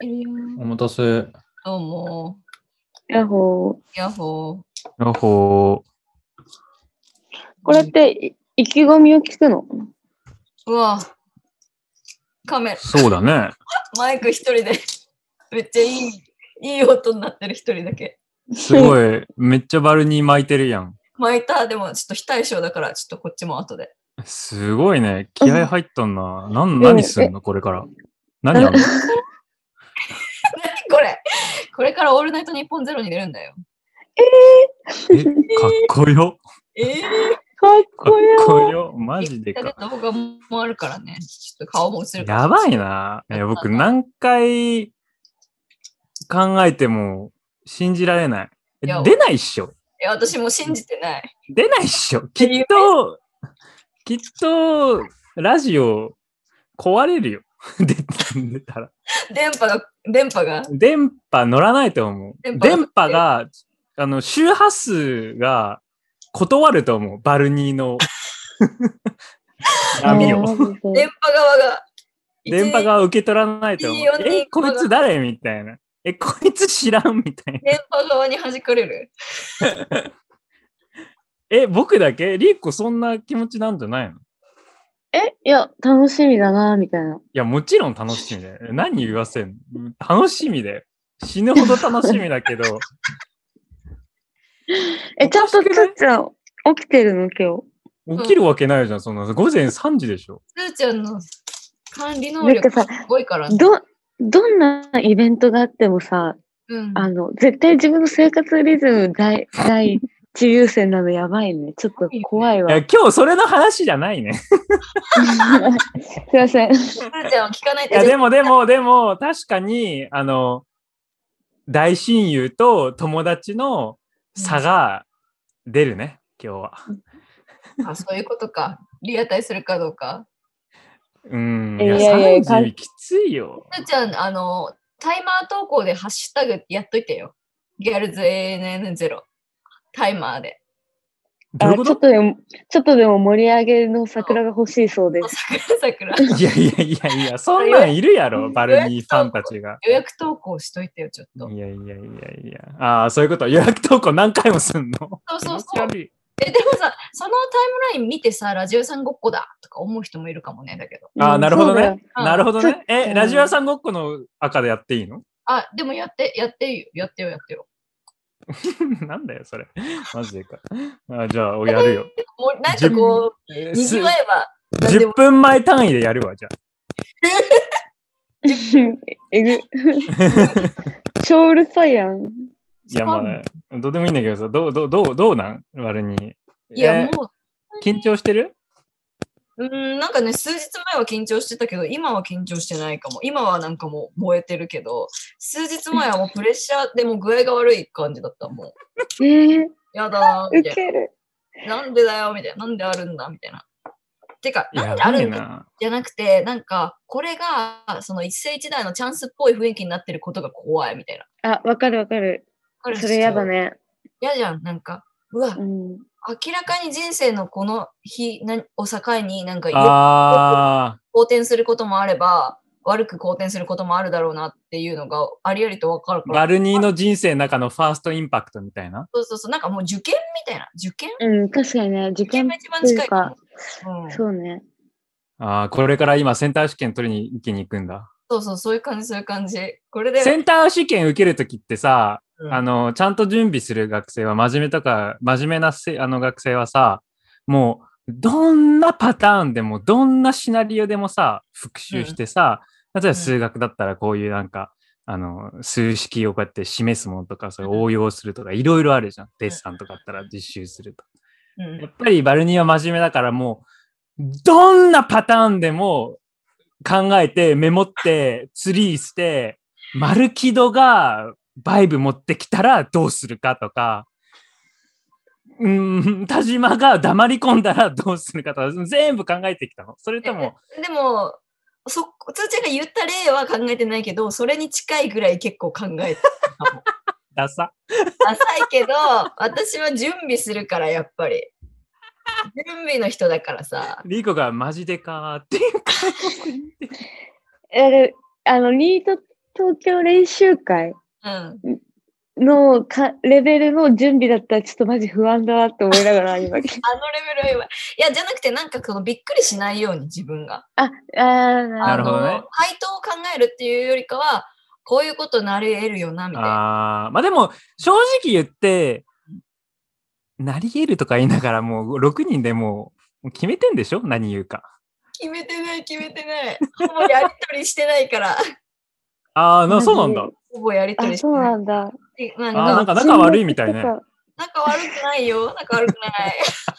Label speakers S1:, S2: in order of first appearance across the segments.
S1: いるよ。
S2: お待たせ。
S1: どうも。
S3: ヤッホー。
S1: ヤッホ
S2: ヤッホ
S1: ー。
S3: これっ。て、い意気込みを聞くの
S1: うわ。カメ
S2: ー。
S1: ラ、
S2: そうだね。
S1: マイク一人で。 めっちゃいい、いい音になってる一人だけ。
S2: すごい。めっちゃバルニー巻いてるやん。
S1: 巻いた、でもちょっと非対称だから、ちょっとこっちも後で。
S2: すごいね。気合入ったんな。なん、何すんのこれから。何やんの
S1: これ、これからオールナイトニッポンゼロに出るんだよ。
S2: え、かっこよ。
S1: ええ
S3: かっ
S2: かっ
S3: こよ。
S2: こよ。マジでか。
S1: 動画もあるからね。ちょっと顔も映るから。
S2: やばいな。いや、僕何回考えても信じられない。え
S1: いや
S2: 出ないっしょ。
S1: いや、私も信じてない。
S2: 出ないっしょ。きっと、きっと、ラジオ壊れるよ。 出出たら。
S1: 電波が、電波が。
S2: 電波乗らないと思う。
S1: 電
S2: 電
S1: 波
S2: 波
S1: が
S2: が、あの、周波数が断ると思う。バルニーの 波
S3: あー
S2: を。
S3: マジで
S1: 電波側が。
S2: 電波。が受け取らないと思
S1: いいよ
S2: う。
S1: ね
S2: え、こいつ誰みたいな。え、こいつ知らんみたいな。
S1: 電波側に弾かれる。
S2: え、僕だけリーコそんな気持ちなんじゃないのい
S3: え、いや、楽しみだな、みたいな。
S2: や、もちろん楽しみだよ。何言わせんの楽しみだよ。死ぬほど楽しみだけ ど。
S3: え、ちゃんと
S2: おかし
S3: つ
S2: くない
S3: っちゃん、起きてるの今
S2: 起きるわけないじゃん、そんな。午前3時でしょ。
S1: すーちゃんの管理能
S3: なん
S1: 力
S3: か
S1: す
S3: さ
S1: ごいから
S3: 日。
S1: ね。
S3: ど、どんなイベントがあってもさ、
S1: うん。
S3: あの、絶対自分の生活リズム第、第一優先なのやばいね。ちょっと怖い
S2: い
S3: わ。
S2: や、
S3: すい
S2: 今日それの話じゃないね。
S3: ません。
S1: すーちゃんを聞かない
S2: い
S1: と。
S2: や、でもでもでも、確かに、あの、大親友と友達の差が出るね、今日は。
S1: あそういうことか。リアタイするかどうか。
S2: うん。い
S3: い
S2: や、
S3: やいやいや
S2: 30きついよ。
S1: すーちゃん、あの、タイマー投稿でハッシュタグやっといてよ。ギャルズ ANN0。タイマーで。
S2: どうい
S3: あ
S2: うこ
S3: ちょっ
S2: と
S3: とでも、ちょっとでも盛り上げの桜が欲しいそうです。
S1: 桜桜。
S2: いやいやいやいや、そんなんいるやろ、バルニーファンたちが。
S1: 予約投稿しといてよ、ちょっと。
S2: いやいやいやいや。ああ、そういうこと。予約投稿何回もすんの。
S1: そうそ
S2: 気
S1: うそう
S2: 持。ち悪い
S1: え、でもさ、そのタイムライン見てさ、ラジオさんごっこだとか思う人もいるかもね、だけど。
S2: あーなるほどね
S3: そうだよ。
S1: うん
S2: なるほどね。
S3: う
S2: え、
S3: ん
S2: ラジオ屋さんごっこの赤でやっていいの
S1: あ、でもやって、やっていいよ、やってよ、やってよ。
S2: なんだよ、それ。マジでか。あじゃあ、やるよ。
S1: もうなんかこう、にぎわえば、何でも
S2: 10分前単位でやるわ、じゃあ。
S3: えぐ。超うるさいやん。
S2: いや、ま
S1: そうな
S2: あ、どうでもいいんだけどさ、どう、どう、どう、どうなん割に。
S1: いや、
S2: えー
S1: もう、
S2: 緊張してる
S1: うーん、なんかね、数日前は緊張してたけど、今は緊張してないかも。今はなんかもう燃えてるけど、数日前はもうプレッシャーでもう具合が悪い感じだった。もう、
S3: えー、
S1: や だー、
S3: ウ
S1: みたい
S3: ケる。
S1: な。なんでだよ、みたいな。なんであるんだ、みたいな。てか、な
S2: や
S1: んであ
S2: ば
S1: る
S2: い
S1: んだ
S2: な。
S1: じゃなくて、なんか、これが、その一世一代のチャンスっぽい雰囲気になってることが怖い、みたいな。
S3: あ、わかるわかる。
S1: わかる
S3: それやだ。ね。
S1: 嫌じゃん、なんか。うわ
S3: う、ん。
S1: 明らかに人生のこの日なを境になんかよ
S2: あ
S1: 好転することもあれば悪く好転することもあるだろうなっていうのがありありと分かる
S2: ー、
S1: から
S2: バルニーの人生の中のファーストインパクトみたいな。
S1: そうそうそうなんかもう受験みたいな受験
S3: うん、確かにね、受
S1: 受
S3: 験
S1: 験が一番近いかも、うん、そ
S3: そうね。
S2: ああ、これから今センター試験取りに行きに行くんだ。
S1: うそうそういう感じそういう感じこれで
S2: センター試験受けるときってさ、
S1: うん
S2: あの、ちゃんと準備する学生は、真面目とか、真面目なせあの学生はさ、もう、どんなパターンでも、どんなシナリオでもさ、復習してさ、例えば数学だったらこういうなんか、あの、数式をこうやって示すものとか、それを応用するとか、いろいろあるじゃん。デッサンとかあったら実習するとか
S1: うん
S2: やっぱりバルニーは真面目だからもう、どんなパターンでも考えて、メモって、ツリーして、マルキドがバイブ持ってきたらどうするかとか、うーん、田島が黙り込んだらどうするかとか、全部考えてきたの。それとも、
S1: でもそ通知が言った例は考えてないけどそれに近いぐらい結構考え てたもん
S2: ダサ。
S1: 浅いけど私は準備するからやっぱり準備の人だからさ
S2: リーコがマジでかーっていう。
S3: え、あの、ニート東京練習会
S1: うん。
S3: のかレベルの準備だったらちょっとマジ不安だなって思いながら 今
S1: あのレベルは弱い。いや、じゃなくて、なんかこのびっくりしないように自分が。
S3: ああー
S2: なるほどね
S1: あの配当を考えるっていうよりかは、こういうことなり得るよな、みたいな。
S2: ああ、まあでも、正直言って、なり得るとか言いながら、もう6人でもう決めてんでしょ何言うか。
S1: 決めてない、決めてない。ほぼやりとりしてないから。
S2: ああ、なそうなんだ。
S1: ほぼやりとり
S3: あ
S1: して
S3: そう
S1: ない。
S3: なんだ
S1: なん
S2: あーなん
S1: か、
S2: か仲悪いみたいね
S3: 沈黙とか
S1: 仲悪くないよ。仲悪くない。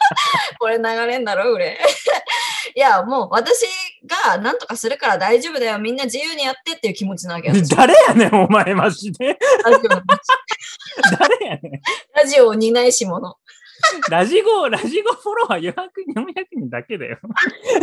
S1: これ流れんだろ、俺。 いや、もう私が何とかするから大丈夫だよ。みんな自由にやってっていう気持ちなわ けよ。私
S2: 誰やねん、お前マジで。
S1: ラジオの
S2: 誰やねん。
S1: ラジオを担いし者。
S2: ラジゴ、ラジゴフォロワー400人、400人だけだよ。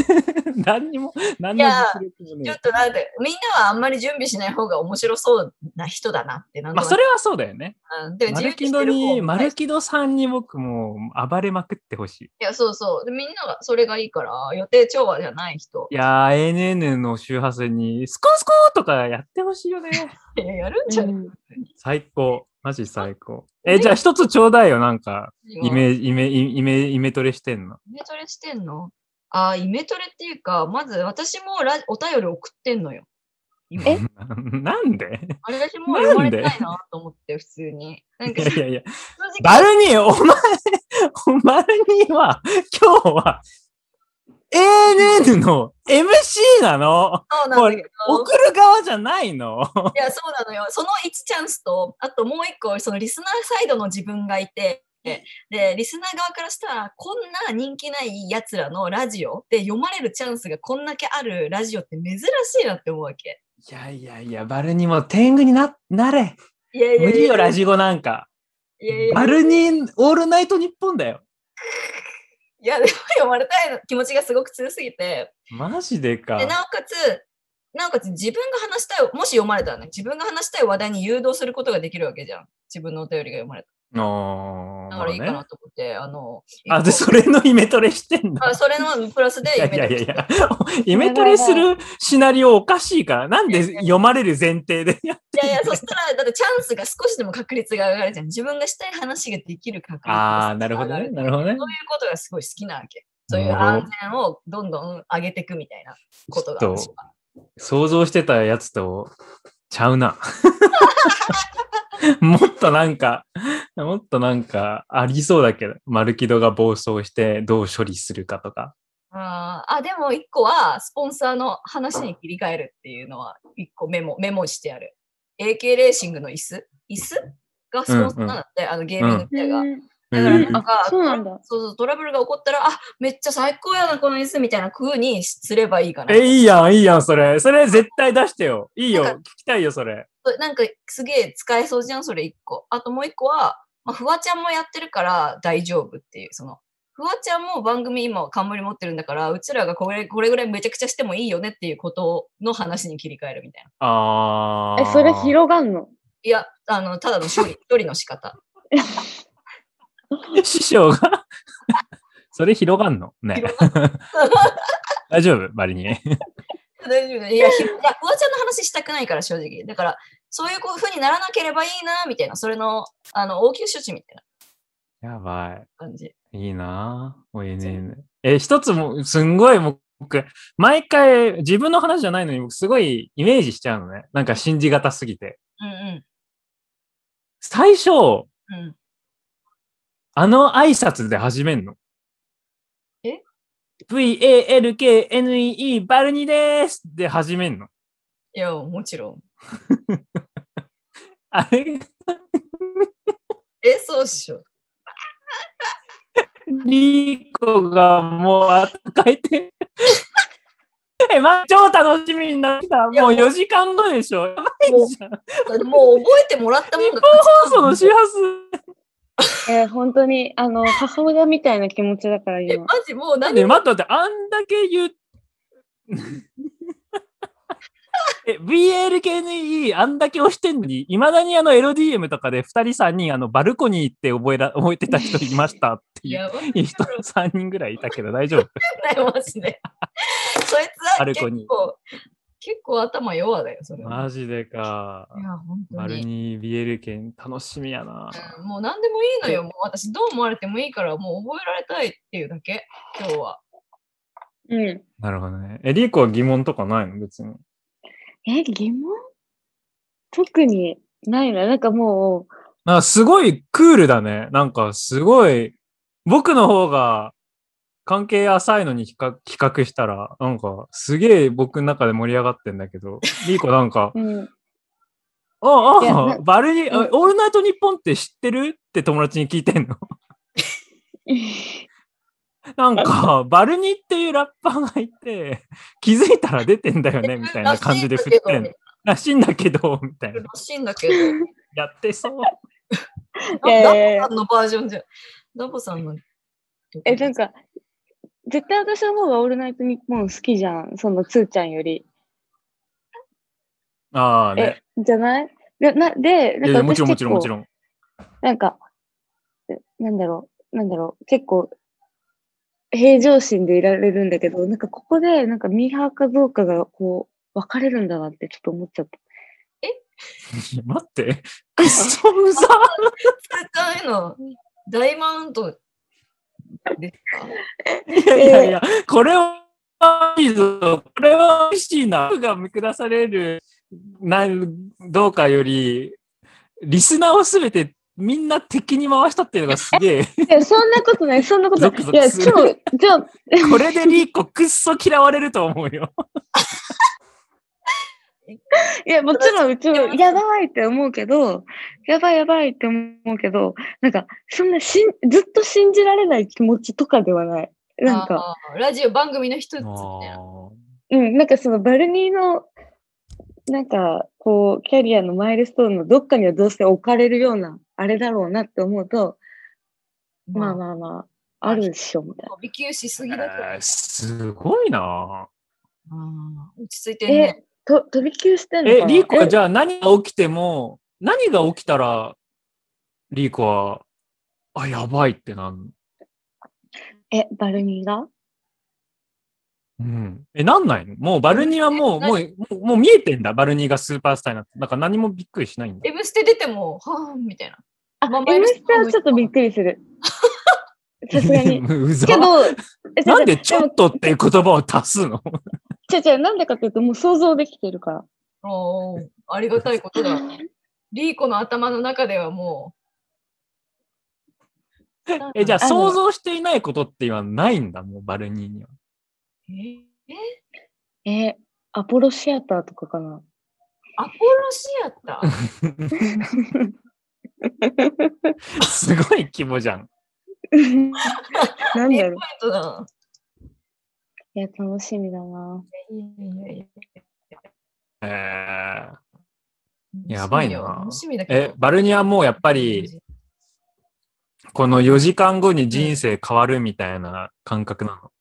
S2: 何にも、何の実力も
S1: ちょ
S2: ね
S1: っとなんで、みんなはあんまり準備しない方が面白そうな人だなって。な
S2: え。
S1: ん
S2: ま
S1: と
S2: あ、
S1: な
S2: そ
S1: く
S2: れはそうだよね。
S1: うん、でも
S2: マ
S1: 自由
S2: ル
S1: に
S2: キ
S1: して
S2: ド
S1: る
S2: に、
S1: 方
S2: マ
S1: が
S2: ルキドさんに僕もう暴れまくってほしい。
S1: いや、そうそう。でみんながそれがいいから、予定調和じゃない人
S2: い。やー、ANN の周波数に、スコンスコーとかやってほしいよね。
S1: いや、やるんじゃ
S3: う
S1: ない、
S3: ん
S2: 最高。マジ最高。え、じゃあ一つちょうだいよ、なんか、イ
S1: ージ。
S2: メージ、イメ、イメ、イメトレしてんの。
S1: イメトレしてんのあーイメトレっていうか、まず私もラお便り送ってんのよ。
S3: え
S2: なんで
S1: あれ私も
S2: なんで
S1: 読まれてないなと思って、普通に。なん
S2: い
S1: か
S2: やいやいや、
S1: 正直
S2: バルニー、お前、お前には、今日は、ANN の MC なの
S1: そうなんだけど。
S2: 送る側じゃないの
S1: いや、そうなのよ。その1チャンスと、あともう1個、そのリスナーサイドの自分がいて、で、リスナー側からしたら、こんな人気ないやつらのラジオで読まれるチャンスがこんだけあるラジオって珍しいなって思うわけ。
S2: いやいやいや、バルニーも天狗にな、なれ。
S1: いやいやいや
S2: 無理よ、ラジゴなんか。
S1: いやいや
S2: バルニー、オールナイトニッポンだよ。
S1: いや、でも読まれたい気持ちがすごく強すぎて、
S2: マジでか
S1: で。なおかつ、なおかつ自分が話したい、もし読まれたらね、自分が話したい話題に誘導することができるわけじゃん。自分のお便りが読まれた
S2: あ
S1: ら。だ
S2: ー
S1: からいいか
S2: ま
S1: なと思って、あの、
S2: あねあ、で、それのイメトレしてんだ。
S1: あそれのプラスで
S2: いや
S1: イメトレ
S2: いやいやいや、イメトレするシナリオおかしいから、なんで読まれる前提でやっ
S1: いやいや、そしたら、だってチャンスが少しでも確率が上がるじゃん。自分がしたい話ができる確率
S2: あ
S1: が
S2: あ、なるほどね。
S1: 上が
S2: なるほどね
S1: そう。いうことがすごい好きなわけ。そういう
S2: なるほ
S1: 安
S2: ど
S1: 全をどんどん上げていくみたいなことが。
S2: ちょっ想像してたやつとちゃうな。 もっとなんか、もっとなんかありそうだけど、マルキドが暴走してどう処理するかとか。
S1: あーあ、でも一個は、スポンサーの話に切り替えるっていうのは、一個メモ、メモしてある。AK レーシングの椅子椅子がスポンサーなんだって、あのゲーミングペアが。だからなんか、
S3: そうなんだ。
S1: そうそう、トラブルが起こったら、あ、めっちゃ最高やな、この椅子みたいな風にすればいいかな。
S2: え、いいやん、いいやん、それ。それ絶対出してよ。いいよ、
S1: なん
S2: 聞きたいよ、それ。
S1: そうなんかすげえ使えそうじゃん、それ1個。あともう1個は、まあ、フワちゃんもやってるから大丈夫っていう、その、フワちゃんも番組今冠持ってるんだから、うちらがこれこれぐらいめちゃくちゃしてもいいよねっていうことの話に切り替えるみたいな。
S2: あー
S3: え、それ広がんの
S1: いや、あの、ただの処 理、処理の仕方。
S2: 師匠が、 それ広がんのね。 大丈夫、バリに。
S1: 大丈夫だよいや、ひいやフワちゃんの話したくないから、正直。だから、そういうこういう風にならなければいいな、みたいな、それの、あの、応急処置みたいな
S2: やばい。
S1: 感じ。
S2: いいなぁ、ONN。え、一つも、すんごいもう僕、毎回自分の話じゃないのに僕すごいイメージしちゃうのね。なんか信じがたすぎて。
S1: うんう
S2: 最初、
S1: ん。うん。
S2: あの挨拶で始めんの。
S1: え
S2: ?V-A-L-K-N-E-E バルニでーすで始めんの。
S1: いや、もちろん。
S2: あれ、
S1: え、そうっしょ。
S2: リーコがもうあ書いて。 え、ま、超楽しみになった。
S1: いや
S2: もう4時間後でしょ。やば
S1: も
S2: いうじゃん。
S1: だってもう覚えてもらったもん だから。
S2: 放送の周波数。
S3: えー本当に、あの、母親みたいな気持ちだから
S1: え、
S3: 今
S1: マ。ジも
S2: な
S1: う
S2: ん
S1: 何
S2: で、待って待って、あんだけ言う。 え VLKNE あんだけ押してんのに、いまだにあの LDM とかで2人3人、あのバルコニーって覚えら覚えてた人いましたっていう
S1: やばい
S2: 人3人ぐらいいたけど大丈夫。
S1: ない、マジで。そいつ
S2: バ
S1: は
S2: ルコ
S1: 結
S2: ニー
S1: 構、結構頭弱だよ、それは。
S2: マジでか。
S1: いや、本当
S2: 丸
S1: に。
S2: に BL 券楽しみやな。
S1: うんもう何でもいいのよ。もう私どう思われてもいいから、もう覚えられたいっていうだけ、今日は。
S3: うん。
S2: なるほどね。え、リーコは疑問とかないの別に。
S3: え、疑問特にないな。なんかも
S2: なんかすごいクールだね。なんかすごい、僕の方が関係浅いのに比較比較したら、なんかすげえ僕の中で盛り上がってんだけど、リーコなんか
S3: う、、うん。
S2: あ
S3: いや
S2: あ
S3: な、
S2: バルニ、あ
S3: うん
S2: オールナイトニッポンって知ってるって友達に聞いてんの。 なんか、バルニっていうラッパーがいて、気づいたら出てんだよね、 みたいな感じで振ってんの。らしいんだけど、みたいな
S1: ら。しいんだけど。らし いんだ
S2: やってそう。
S1: け
S3: い
S1: ど。
S3: やいやいや
S1: ダボさんのバージョンじゃん。ダボさんの。
S3: え、なんか、絶対私の方がオールナイトニッポン好きじゃん。そのつーちゃんより。
S2: ああね
S3: え。、じゃないで、なで
S2: い
S3: なんか
S2: やいやもちろんも
S3: 私結
S2: ちろ
S3: 構
S2: んもちろん。
S3: なんか、えなんだろう、なんだろう、結構、平常心でいられるんだけど、なんかここで、なんかミーハーかどうかが、こう、分かれるんだなってちょっと思っちゃった。
S2: いや 待って。くっそうざ。
S1: 絶対の大マウントですか。
S2: いやいやいや、これはいいぞ。これは美味しいな。僕が見下される、な、どうかより、リスナーをすべてみんな敵に回したっていうのがすげえ。
S3: いや、そんなことない、そんなこと
S2: ゾ
S3: な
S2: ク
S3: い。
S2: ゾ
S3: い
S2: ク
S3: や、
S2: する
S3: 超、じゃあ、
S2: これでリーコくっそ嫌われると思う よ。
S3: いや、もちろん、うちも、やばいって思うけど、やばいやばいって思うけど、なんか、そんなしん、ずっと信じられない気持ちとかではない。なんか、
S1: あーラジオ番組の一つみたいな。
S3: うん、なんかそのバルニーの、なんか、こう、キャリアのマイルストーンのどっかにはどうせ置かれるような、あれだろうなって思うと、まあまあまあ、あるでしょ、みたい
S1: 飛び級しすぎだと。
S2: えーすごいな。
S1: あー落ち着いて
S3: な。
S1: るね
S3: え。、と、飛び級してんのか
S2: え、
S3: な
S2: リーコはじ
S3: ゃ
S2: ゃあ何が起きても、何が起きたら、リーコは、あ、やばいってなんの
S3: え、バルニーが
S2: うん。え、なんないのもうバルニーはもう、もう、もうもう見えてんだ。バルニーがスーパースターになって。なんか何もびっくりしないんだ。
S1: エブステ出ても、はぁ、みたいな。
S3: あ、
S1: まあ
S3: M スターはちょっとびっくりす る。さすがに。
S2: うざ
S3: けど、え
S2: なんでち
S3: ちょ
S2: ょっとっていう言葉を足 すの
S3: ちょちょ、なんでかっていうと、もう想像できてるから。
S1: おーありがたいことだ。リーコの頭の中ではもう。
S2: え、じゃあ
S3: あの
S2: 想像していないことっていうのはないんだ、もうバルニーには。
S1: えー
S3: え、アポロシアターとかか な。
S1: アポロシアタ ー
S2: すごい規模じゃん。
S3: なんだろう。
S1: ポイントだな。
S3: いや、楽しみだな。
S1: いやいやい
S2: えー
S1: や
S2: やばいな
S1: 楽しみだけ
S2: え
S1: ど、。
S2: バルニーはもうやっぱり、この4時間後に人生変わるみたいな感覚なの。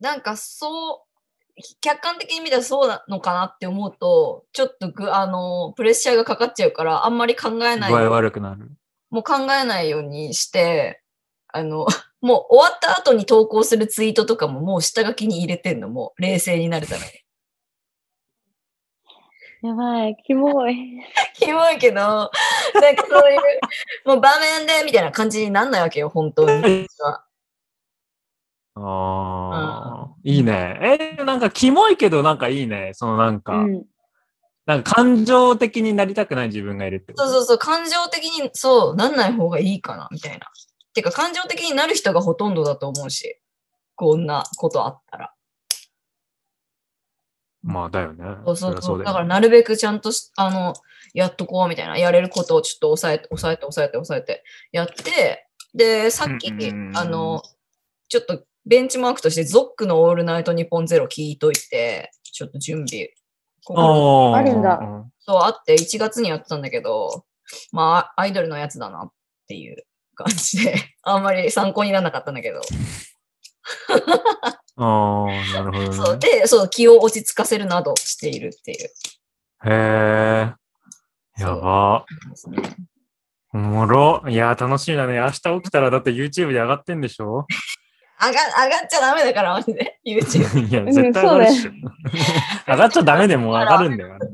S1: なんかそう、客観的に見たらそうなのかなって思うと、ちょっとぐあのプレッシャーがかかっちゃうから、あんまり考え
S2: 具
S1: ない、
S2: 合悪くなる。
S1: もう考えないようにして、あの、もう終わった後に投稿するツイートとかももう下書きに入れてんの、もう冷静になるために。
S3: やばい、キモい。
S1: キモいけど、なんかそういう、もう場面でみたいな感じになんないわけよ、本当に。
S2: ああ、いいね。え、なんか、キモいけど、なんかいいね。そのなん
S3: う
S2: か、
S3: ん。
S2: なんか感情的になりたくない自分がいるってこと。
S1: そうそうそう、感情的にそう、なんない方がいいかな、みたいな。てか、感情的になる人がほとんどだと思うし、こんなことあったら。
S2: まあ、だよね。
S1: そうそうそう。
S2: りゃ
S1: だ
S2: よ
S1: から、なるべくちゃんとし、あの、やっとこう、みたいな。やれることをちょっと抑えて、抑えて、抑えて、抑えて、やって、で、さっき、
S2: うんうんうん
S1: あの、ちょっとベンチマークとして、ゾックのオールナイトニッポンゼロ聞いといて、ちょっと準備。ここ
S2: あー
S3: あるんだ
S2: う
S1: とあって、1月にやってたんだけど、まあ、アイドルのやつだなっていう感じで、 あんまり参考にならなかったんだけど。
S2: ああ、なるほ
S1: そ
S2: ど、
S1: う
S2: ね。
S1: で、そう、気を落ち着かせるなどしているっていう。
S2: へえ。やば。
S1: そうですね
S2: おもろ。いやー、楽しみだね。明日起きたら、だって YouTube で上がってんでしょ
S1: 上が上がっちゃダメだから、マジで。YouTube。
S2: いや、絶対上がるっしょ。 上がっちゃダメでも上がるんだよ。あれ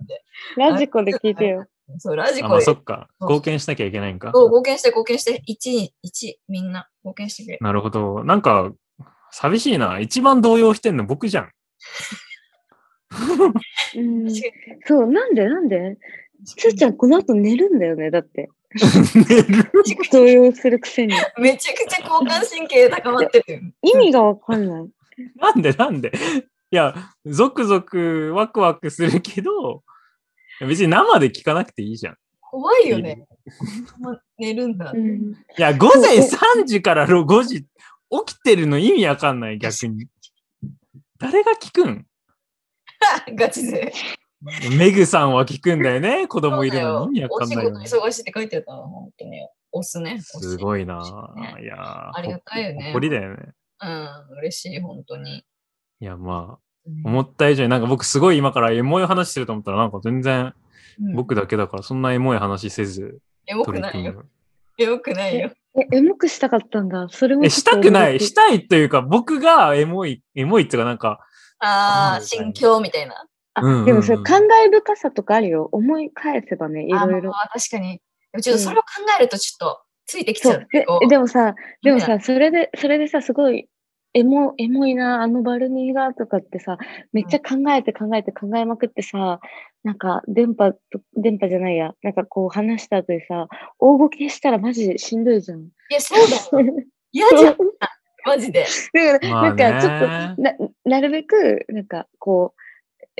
S3: ラジコで聞いてよ。
S1: そう、ラジ
S2: あ、
S1: コ
S2: まあ
S1: で。
S2: そ
S1: そう、
S2: っか。貢献しなきゃいけないんか。
S1: 貢献して、貢献して、1に、1、みんな、貢献してくれ。
S2: なるほど。なんか、寂しいな。一番動揺してんの僕じゃん。
S3: うんそう、なんでなんでつーちゃんこの後寝るんだよね、だって。
S2: 寝る
S3: 動揺するくせに。
S1: めちゃくちゃ交感神経高まってるよ。
S3: 意味がわかんない。
S2: なんでなんでいや、ゾクゾクワクワクするけど、別に生で聞かなくていいじゃん。
S1: 怖いよね。寝るんだ。
S3: うん
S2: い や、午前3時から5時、起きてるの意味わかんない、逆に。誰が聞くん
S1: ガチで。
S2: メグさんは聞くんだよね、子供いるのに意味わ
S1: お
S2: かん
S1: 仕
S2: ない
S1: 事
S2: よね。
S1: 忙しいって書いてたわ、本当に。押すね。押
S2: す
S1: い。
S2: ごいな。いやー
S1: ありがたいよね
S2: 誇りだよね。
S1: うん、嬉しい、本当に。
S2: いや、まあ、
S1: うん
S2: 思った以上になんか僕すごい今からエモい話してると思ったらなんか全然僕
S1: うん
S2: だけだからそんなエモい話せず
S1: エモく
S2: 取り
S1: ない
S2: 組
S1: よ。
S2: む。
S1: エモくないよ。
S3: え、エモくしたかったんだ。それも
S2: え、
S3: ちょ
S2: し
S3: っと
S2: たくない、
S3: 驚き
S2: したいというか僕がエモい、エモいっていうかなんか、
S1: ああ、
S2: そうなんだ
S1: 心境みたいな。
S3: あ
S2: うんうんうん
S3: でもそれ感慨深さとかあるよ。思い返せばね、いろいろ。
S1: あー確かに。でもちょっとそれを考えるとちょっとついてきち
S3: そ
S1: ゃ
S3: う
S1: う。。
S3: で
S1: こう
S3: でもさ、でも
S1: う
S3: さ、それで、それでさ、すごい、エモ、エモいな、あのバルニーが、とかってさ、めっちゃ考えて考えて考えまくってさ、なんか、電波と、電波じゃないや、なんかこう話した後にさ、大ごけしたらマジしんどいじゃん。
S1: いや、そうだよ。嫌じゃん、マ ジで。
S3: だから、 なん
S2: ま
S3: か
S2: あ
S3: ちょっと、
S2: ね
S3: ななるべく、なんかこ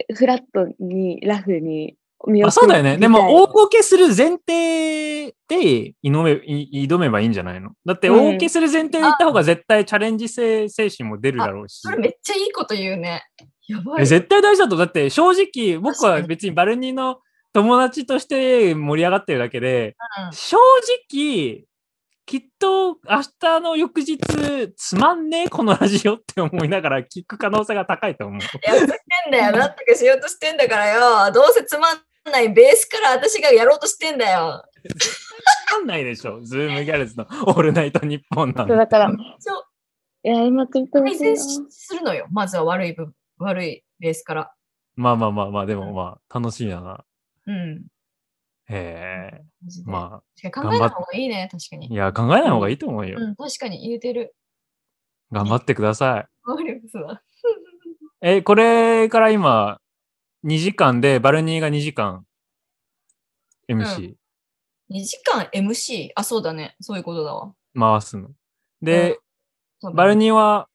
S3: う、フラットに、ラフに見
S2: あそうだよね。でも大
S3: 大
S2: ボケする前提で挑めい挑めばいいんじゃないのだって
S3: うん
S2: 大ボケする前提で行った方が絶対チャレンジ性精神も出るだろうし
S1: そ。れめっちゃいいこと言うね。やば
S2: え
S1: い。
S2: 絶対大事だと、だって正直僕
S1: 確か
S2: は
S1: に
S2: 別にバルニーの友達として盛り上がってるだけで、
S1: うん
S2: 正直、きっと明日の翌日つまんねえこのラジオって思いながら聞く可能性が高いと思う。
S1: やってんだよ。なんとかしようとしてんだからよ。どうせつまんないベースから私がやろうとしてんだよ。
S2: つまんないでしょ、ズームギャルズのオールナイトニッポンなん
S3: そう
S2: て。
S3: だから、い
S1: そう。
S3: や、今と言ってほ
S1: 改
S3: しい
S1: 善
S3: な。
S1: しするのよ。まずは悪い部分、悪いベースから。
S2: まあまあまあまあ、でもまあ、楽しいな。
S1: うん。
S2: へえ。
S1: マジで
S2: ま
S1: 確かに考えた方がいいね、確か
S2: あ、
S1: に
S2: い。や、考えない方がいいと思うよ。
S1: うん、確かに言えてる。
S2: 頑張ってください。
S1: わかりますわ。
S2: え、これから今、2時間で、バルニーが2時間、MC
S1: 2時間 MC? あ、そうだね。そういうことだわ。
S2: 回すの。で、
S1: 多分
S2: バルニーは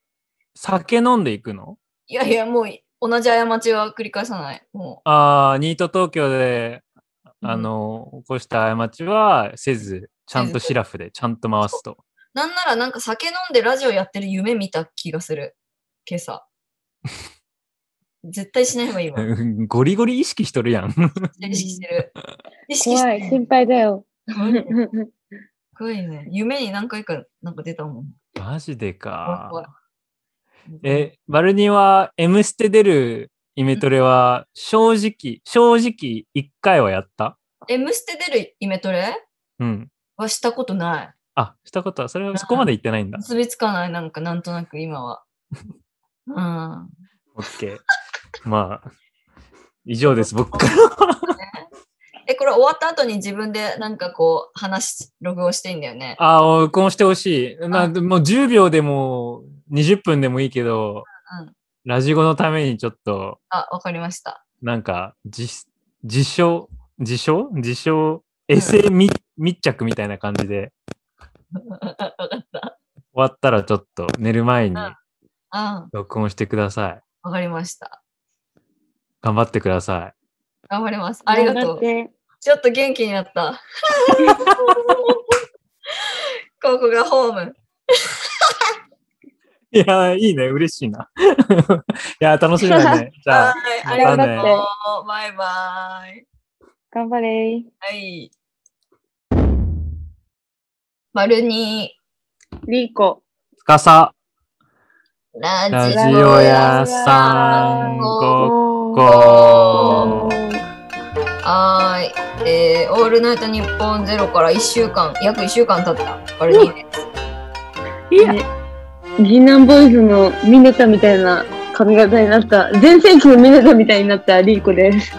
S2: 酒飲んでいくの
S1: いやいや、もう同じ過ちは繰り返さない。も
S2: ああ、ニート東京で、
S1: うん
S2: あの、起こした過ちはせず、ちゃんとシラフで、ちゃんと回すと。
S1: う。なんならなんか酒飲んでラジオやってる夢見た気がする。今朝。絶対しない方がいいわ。絶
S2: うん ゴリゴリ意識しとるやん。
S1: 対意識してる。意識して
S3: 怖
S1: る
S3: い、心配だよ。
S1: 怖いね。夢に何回かなんか出たもん。
S2: マジでか。
S1: 怖い怖い
S2: え、バルニーは、M ステ出るイメトレは、正直、正直、1回はやった
S1: え、M ステ出るイメトレ
S2: うん。
S1: はしたことない。
S2: あ、したことは、それはそこまで言ってない んだ。
S1: 結びつかない、なんかなんとなく 今は。うん。
S2: オッケー。まあ、以上です、僕から。
S1: え、これ終わった後に自分でなんかこう話し、ログをしていいんだよね。
S2: あー、録音してほしい。な
S1: あ
S2: もう10秒でも、20分でもいいけど、
S1: うん
S2: ラジゴのためにちょっと、
S1: あ、わかりました。
S2: なんか、実、自称、自称自称、エセ密密着みたいな感じで、
S1: わかった。
S2: 終わったらちょっと寝る前に
S1: うんあ、
S2: 録音してください。
S1: わかりました。
S2: 頑張ってください。
S1: 頑張ります。ありがと
S3: 頑張っ
S1: う。
S3: て
S1: ちょっと元気になった。 ここがホーム。
S2: いやー、いいね。嬉しいな。 いやー、楽しみだ ね。じゃ
S1: は
S2: あ、
S1: い、ありがとう
S2: また
S3: ね。
S1: バイバイ。
S3: 頑張れー。
S1: はい。丸に
S3: リーコ。
S2: つかさ、
S1: ラジ
S2: ラ
S1: オ
S2: ジオ屋さんごっ
S3: お
S2: こー。
S1: はーい、えーオールナイトニッポンゼロから1週間、約1週間経った。あれにね、
S3: いや、銀杏ボーイズのミネタみたいな髪型になった、全盛期のミネタみたいになったリーコです。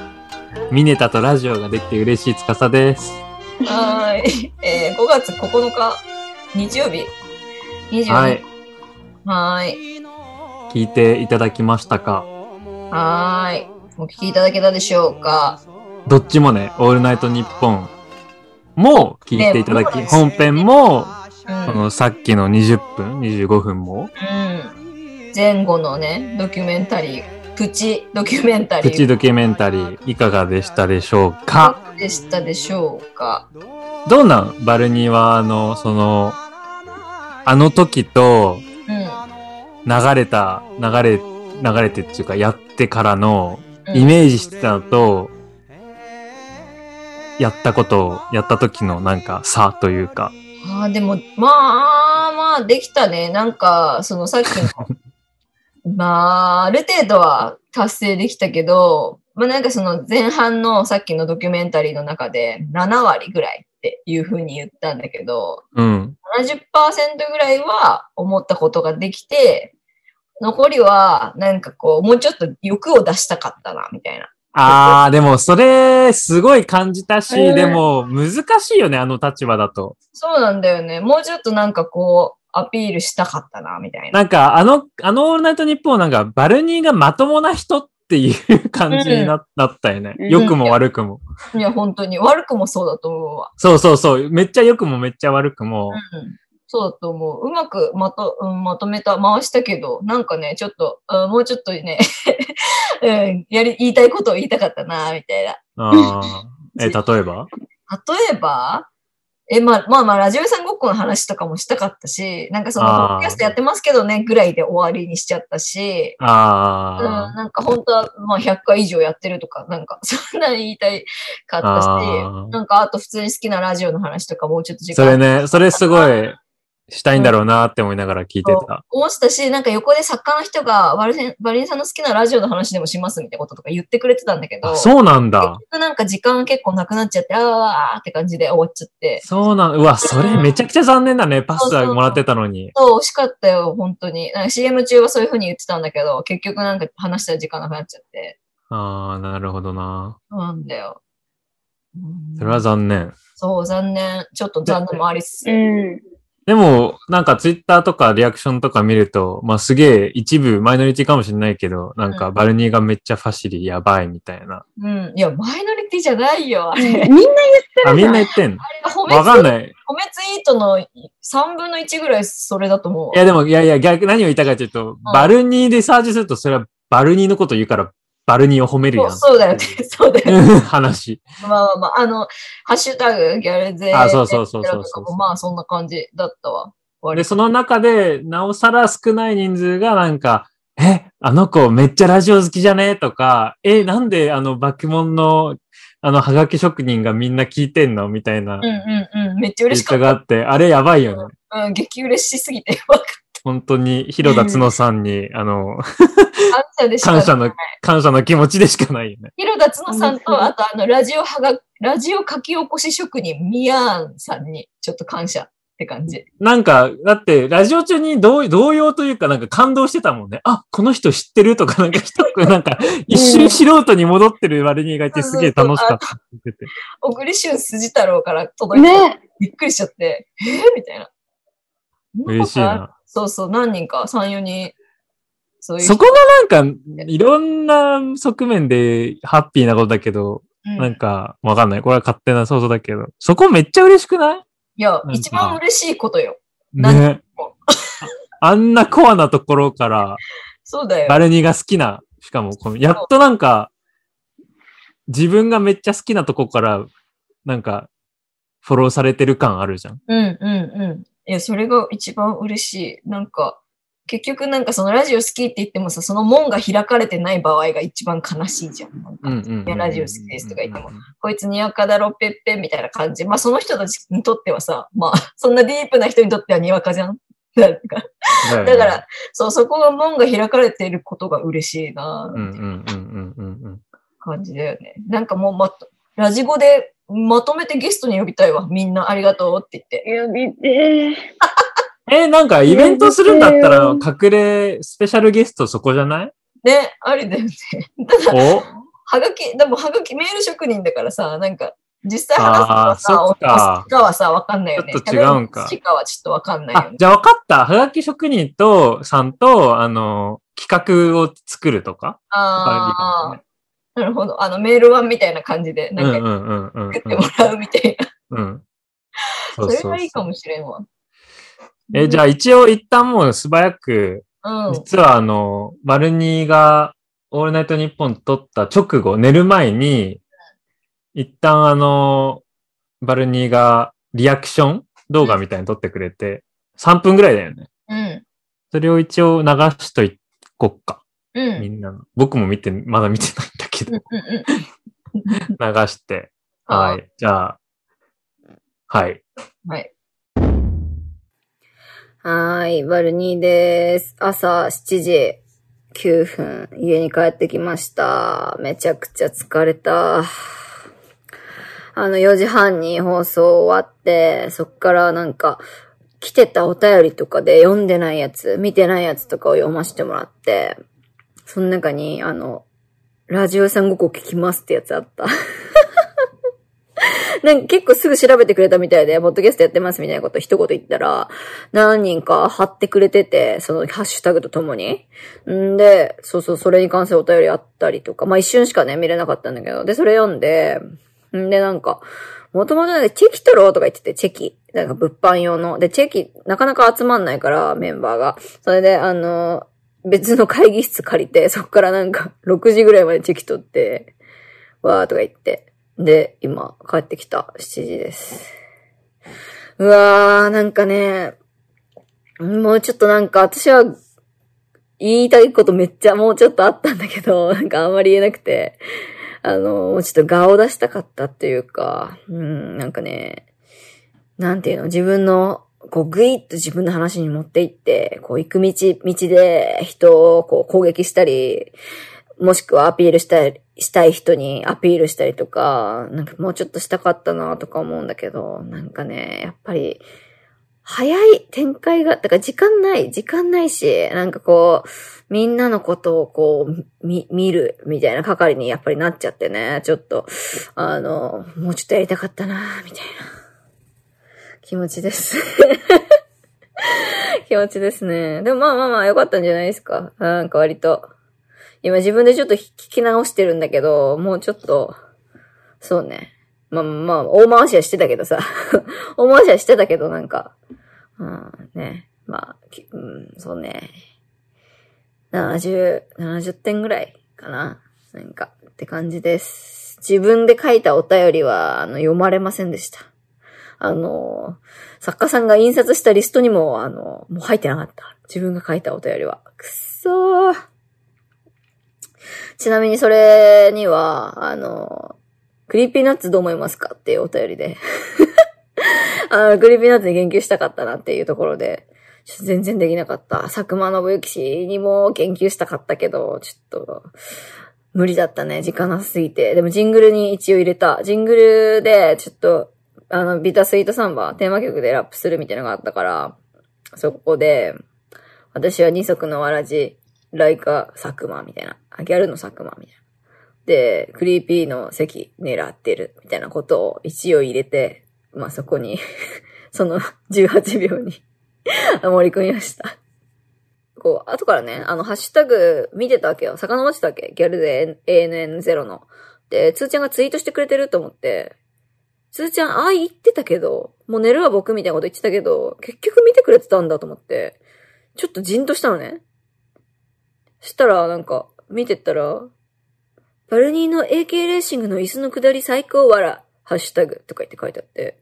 S2: ミネタとラジオができて嬉しい司です。
S1: はーい。えー、5月9日、日曜日。20日。
S2: は
S1: はいい。。はい。
S2: 聞いていただきましたか
S1: はーい。お聞きいただけたでしょうか。
S2: どっちもね、オールナイトニッポンも聞いていただき、
S1: ね
S2: 本編も、
S1: う
S2: こ
S1: ん。
S2: のさっきの20分、25分も、
S1: うん、前後のね、ドキュメンタリー、プチドキュメンタ
S2: プ
S1: リー。
S2: チドキュメンタリーいかがでしたでしょうか
S1: でしたでしょうか。
S2: どうなんバルニーは、あの、その、あの時と
S1: う
S2: 流れた、流れ、流れてっていうか、やってからの
S1: ん。
S2: イメージしてたのと、やったことを、やった時のなんか差というか、
S1: あーでも、まあ、まあ、できたね。なんか、そのさっき の、まあ、ある程度は達成できたけど、まあなんかその前半のさっきのドキュメンタリーの中で7割ぐらいっていうふうに言ったんだけど、
S2: うん、
S1: 70%ぐらいは思ったことができて、残りはなんかこう、もうちょっと欲を出したかったな、みたいな。
S2: あー、でもそれ、すごい感じたし、
S3: うん
S2: でも難しいよね、あの立場だと。
S1: そうなんだよね。もうちょっとなんかこう、アピールしたかったな、みたいな。
S2: なんか、あの、あのオールナイトニッポンはなんか、バルニーがまともな人っていう感じにな,、なったよね。
S3: うん
S2: 良くも悪くも。
S1: いや、本当に悪くもそうだと思うわ。
S2: そうそうそう。めっちゃ良くもめっちゃ悪くも。
S1: うんそうだと思う。うまくまと,、うん、まとめた、回したけど、なんかね、ちょっと、うんもうちょっとね、 うん、やり、言いたいことを言いたかったな、みたいな。
S2: あーえ、例えば
S1: 例えば、え、まあ、まあまあ、ラジオ屋さんごっこの話とかもしたかったし、なんかその、ポ
S2: あー
S1: ッドキャストやってますけどね、ぐらいで終わりにしちゃったし、うん、
S2: あ
S1: なんか本当は、まあ、100回以上やってるとか、なんか、 そんな言いたいか
S2: あ。
S1: ったし、
S2: あー
S1: なんか、あと普通に好きなラジオの話とかもうちょっと時間
S2: それね、それすごい、したいんだろうなって思いながら聞いてた。
S1: 思ってたし、なんか横で作家の人がバルセンバリンさんの好きなラジオの話でもしますみたいなこととか言ってくれてたんだけど、
S2: あ
S1: う
S2: そうなんだ。
S1: なんか時間結構なくなっちゃって、あーあーって感じで終わっちゃって。
S2: そうなん、うわ、それめちゃくちゃ残念だね。パスはもらってたのに。
S1: そう、惜しかったよ、本当に。なんか CM 中はそういう風に言ってたんだけど、結局なんか話したら時間なくなっちゃって。
S2: ああ、なるほどな。
S1: そうなんだよ。うん
S2: それは残念。
S1: そう、残念。ちょっと残念もありつつ。
S3: うん。
S2: でも、なんかツイッターとかリアクションとか見ると、まあすげえ一部マイノリティかもしれないけど、なんかバルニーがめっちゃファシリやばいみたいな。
S1: うん。いや、マイノリティじゃないよ。あれ
S3: みんな言って
S2: あ、
S3: る
S2: み
S3: じゃ
S2: ん
S3: ん
S2: な言ってんの
S1: 褒め
S2: わかん
S1: ツイ
S2: ない。
S1: 褒めツイートの3分の1ぐらいそれだと思う。
S2: いやでも、いやいや、逆、何を言いたいかというと、バルニーでサーチすると、それはバルニーのこと言うから、バルニーを褒めるや
S1: そ
S2: ん
S1: う。そうだよね。 そうだよね。
S2: 話。
S1: まあまあまあ、あの、ハッシュタグ、ギャルゼ
S2: あそうそうそうそうそう
S1: とかもまあそんな感じだったわ。
S2: で、その中で、なおさら少ない人数がなんか、え、あの子めっちゃラジオ好きじゃねとか、え、なんであの爆問の、あの、はがき職人がみんな聞いてんのみたいな
S1: うんうんうん。めっち
S2: 言
S1: ゃ嬉
S2: っ
S1: しか
S2: た
S1: っ
S2: があって、あれやばいよね。
S1: た。うん、激嬉しすぎて。わか
S2: 本当に、広田角さんに、あの、
S1: 感謝でしか
S2: 感謝
S1: ない。
S2: の、感謝の気持ちでしかないよね。
S1: 広田つのさん
S3: うん
S1: と、あとあの、ラジオはが、ラジオ書き起こし職人、ミヤーンさんに、ちょっと感謝って感じ。
S2: なんか、だって、ラジオ中に動動揺というか、なんか感動してたもんね。あ、この人知ってるとか、なんか一人、なんか、一瞬素人に戻ってる割にがいて、すげえ楽しかったって言ってて。
S1: 小栗旬筋太郎から届いて、
S3: ね。
S1: びっくりしちゃって、えー、みたいな。
S2: 嬉しい
S1: んことある。
S2: な。
S1: そうそう、何人か、3、4人、そういう人。
S2: そこがなんか、いろんな側面でハッピーなことだけど、
S1: うん
S2: なんか、わかんない。これは勝手な想像だけど、そこめっちゃ嬉しくない
S1: いや
S2: ん、か
S1: 一番嬉しいことよ。なん
S2: ね。あんなコアなところから、
S1: そうだよ。
S2: バルニーが好きな、しかもこの、やっとなんか、自分がめっちゃ好きなとこから、なんか、フォローされてる感あるじゃん。
S1: うんうんうん。いや、それが一番嬉しい。なんか、結局なんかそのラジオ好きって言ってもさ、その門が開かれてない場合が一番悲しいじゃん。なんか
S2: うんうんうん
S1: いやラジオ好きですとか言っても
S2: うんうんうん
S1: こいつにわかだろ、ぺっぺみたいな感じ。まあその人たちにとってはさ、まあ そんなディープな人にとってはにわかじゃん。 なんか
S2: だ
S1: だから、、そう、そこが門が開かれていることが嬉しいな
S2: うんうんうんうんうんうん。
S1: 感じだよね。なんかもうまと、ラジゴでまとめてゲストに呼びたいわ。みんなありがとうって言って。
S3: 呼びてー。
S2: え、なんかイベントするんだったら、隠れスペシャルゲストそこじゃ ない
S1: ね、ありだよね。
S2: お
S1: はがき、でもはがき、メール職人だからさ、なんか、実際
S2: あー
S1: 話すの
S2: そっ
S1: は
S2: か
S1: さ、かはさ、わかんないよね。
S2: ちょっと違うんか
S1: しかはちょっとわかんないよ
S2: あ
S1: ね、。
S2: じゃあ分かった。はがき職人と、さんと、あの、企画を作るとか
S1: ああ、なるほど。あの、メール版みたいな感じで、
S2: うんうん
S1: な
S2: うん
S1: か、
S2: んうんうん
S1: 作ってもらうみたいな。
S2: うん。そ
S1: そうれ
S2: そう
S1: がいいかもしれんわ。
S2: え、じゃあ一応一旦もう素早く、
S1: うん。
S2: 実はあの、バルニーがオールナイトニッポン撮った直後、寝る前に、一旦あの、バルニーがリアクション動画みたいに撮ってくれて、3分ぐらいだよね。
S1: うん。
S2: それを一応流しといこっか。
S1: うん。うん
S2: みんなの。僕も見て、まだ見てないんだけど、
S1: うん
S2: 流して。
S1: うん。
S2: は。い。じゃあ、はい。
S1: はい。
S4: はーい、バルニーです。朝7時9分、家に帰ってきました。めちゃくちゃ疲れた。あの、4時半に放送終わって、そっからなんか、来てたお便りとかで読んでないやつ、見てないやつとかを読ませてもらって、その中に、あの、ラジオ屋さんごっこ聞きますってやつあった。 なんか結構すぐ調べてくれたみたいで、ポッドキャストやってますみたいなこと一言言ったら、何人か貼ってくれてて、そのハッシュタグとともに。んで、そうそう、それに関するお便りあったりとか、まあ一瞬しかね、見れなかったんだけど、で、それ読んで、んで、なんか、もともとなんかチェキ取ろうとか言ってて、チェキ。なんか物販用の。で、チェキ、なかなか集まんないから、メンバーが。それで、あの、別の会議室借りて、そっからなんか、6時ぐらいまでチェキ取って、わーとか言って。で、今、帰ってきた。7時です。うわー、なんかね、もうちょっとなんか私は言いたいことめっちゃもうちょっとあったんだけど、 なんかあんまり言えなくて、あの、もうちょっと顔を出したかったっていうか、うん、なんかね、なんていうの、自分の、こう、ぐいっと自分の話に持っていって、こう、行く道、道で人をこう攻撃したり、もしくはアピールしたい、したい人にアピールしたりとか、なんかもうちょっとしたかったなとか思うんだけど、なんかね、やっぱり、早い展開が、だから時間ない、時間ないし、なんかこう、みんなのことをこう、み、見るみたいな係にやっぱりなっちゃってね、ちょっと、あの、もうちょっとやりたかったな、みたいな気持ちです。 気持ちですね。でもまあまあまあ良かったんじゃないですか。なんか割と。今自分でちょっと聞き直してるんだけど、もうちょっと、そうね。まあまあ、大回しはしてたけどさ。 大回しはしてたけど、なんか、うん、ね。まあ、きうん、そうね。70、70点ぐらいかな。なんか、って感じです。自分で書いたお便りは、あの、読まれませんでした。あの、作家さんが印刷したリストにも、あの、もう入ってなかった。自分が書いたお便りは。くっそー。ちなみにそれには、あの、クリーピーナッツどう思いますかっていうお便りで。あの、クリーピーナッツに言及したかったなっていうところで、ちょっと全然できなかった。佐久間信之氏にも言及したかったけど、ちょっと、無理だったね。時間なさすぎて。でもジングルに一応入れた。ジングルで、ちょっと、あの、ビタスイートサンバ、テーマ曲でラップするみたいなのがあったから、そこで、私は二足のわらじ、ライカ、佐久間みたいな。あギャルの佐久間みたいな。で、クリーピーの席狙ってるみたいなことを一応入れて、まあそこに、 その18秒に 盛り込みました。こう、後からね、あの、ハッシュタグ見てたわけよ。遡ってたわけ。ギャルで ANN0 の。で、つーちゃんがツイートしてくれてると思って、つーちゃん、ああ言ってたけど、もう寝るは僕みたいなこと言ってたけど、結局見てくれてたんだと思って、ちょっとじんとしたのね。したら、なんか、見てったら、バルニーの AK レーシングの椅子の下り最高わら、ハッシュタグとか言って書いてあって、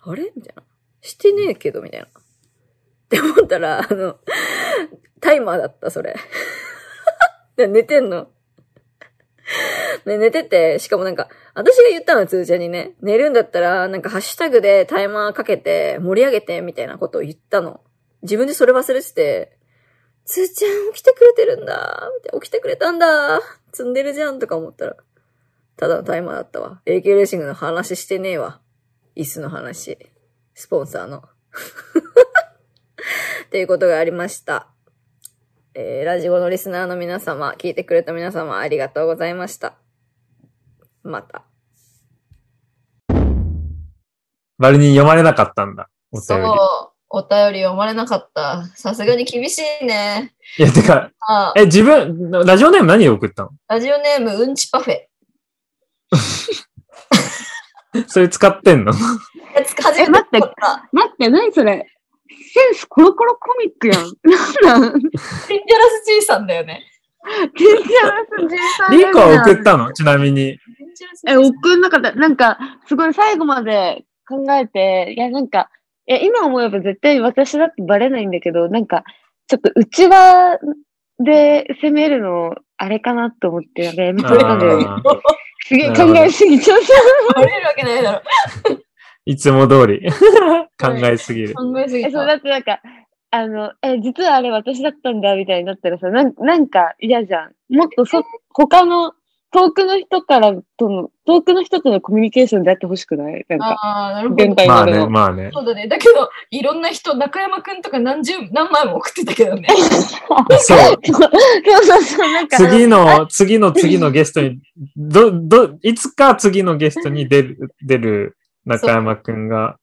S4: あれみたいな。してねえけど、みたいな。って思ったら、あの、タイマーだった、それ。 で寝てんの。で寝てて、しかもなんか、私が言ったの、つーちゃんにね。寝るんだったら、なんかハッシュタグでタイマーかけて、盛り上げて、みたいなことを言ったの。自分でそれ忘れてて、つーちゃん起きてくれてるんだ。みたいな起きてくれたんだ。積んでるじゃんとか思ったら、ただのタイマーだったわ。AK レーシングの話 してねえわ。椅子の話。スポンサーの。ということがありました。えーラジオのリスナーの皆様、聞いてくれた皆様、ありがとうございました。また。
S2: バルニー読まれなかったんだ。お
S1: そ
S2: 便
S1: う
S2: り。。
S1: お便り読まれなかった。さすがに厳しいね。
S2: いや、てか、
S1: あ
S2: え、自分、ラジオネーム何で送ったの
S1: ラジオネーム、うんちパフェ。
S2: それ使ってんの
S1: えつ初め
S3: え待って
S1: て思った。
S3: 待って、何それセンスコロコロコミックやん。なんなん
S1: デンジャラスじいさんだよね。
S3: デンジャラス13
S2: リンコは送っ
S3: やん
S2: たのちなみに。
S1: デンジャラス
S3: え、送んなかった。なんか、すごい最後まで考えて、いや、なんか、いや、今思えば絶対私だってバレないんだけど、なんか、ちょっと内輪で攻めるの、あれかなと思って、やべえ、やめといたんだよね。
S2: あー
S3: すげえ
S2: な
S3: 考
S2: るほど
S3: えすぎちゃった。
S1: バレるわけないだろ。
S2: いつも 通り。考えすぎる。
S1: 考えす
S3: え、
S1: ぎた。
S3: そう、だってなんか、あの、え、実はあれ私だったんだ、みたいになったらさ、なんなんか嫌じゃん。もっとそ、他の、遠くの人からとの、遠くの人とのコミュニケーションであってほしくないなんか、
S1: ああ、なるほど
S3: 現。代
S2: ま
S3: ま
S2: あ
S3: での
S2: ね、。まあね。
S1: そうだね。だけど、いろんな人、中山くんとか何十、何枚も送ってたけどね。
S2: そう。
S3: そうそうそう、なんか、
S2: 次の、次の次のゲストに、ど、ど、いつか次のゲストに出る、出る中山くんが。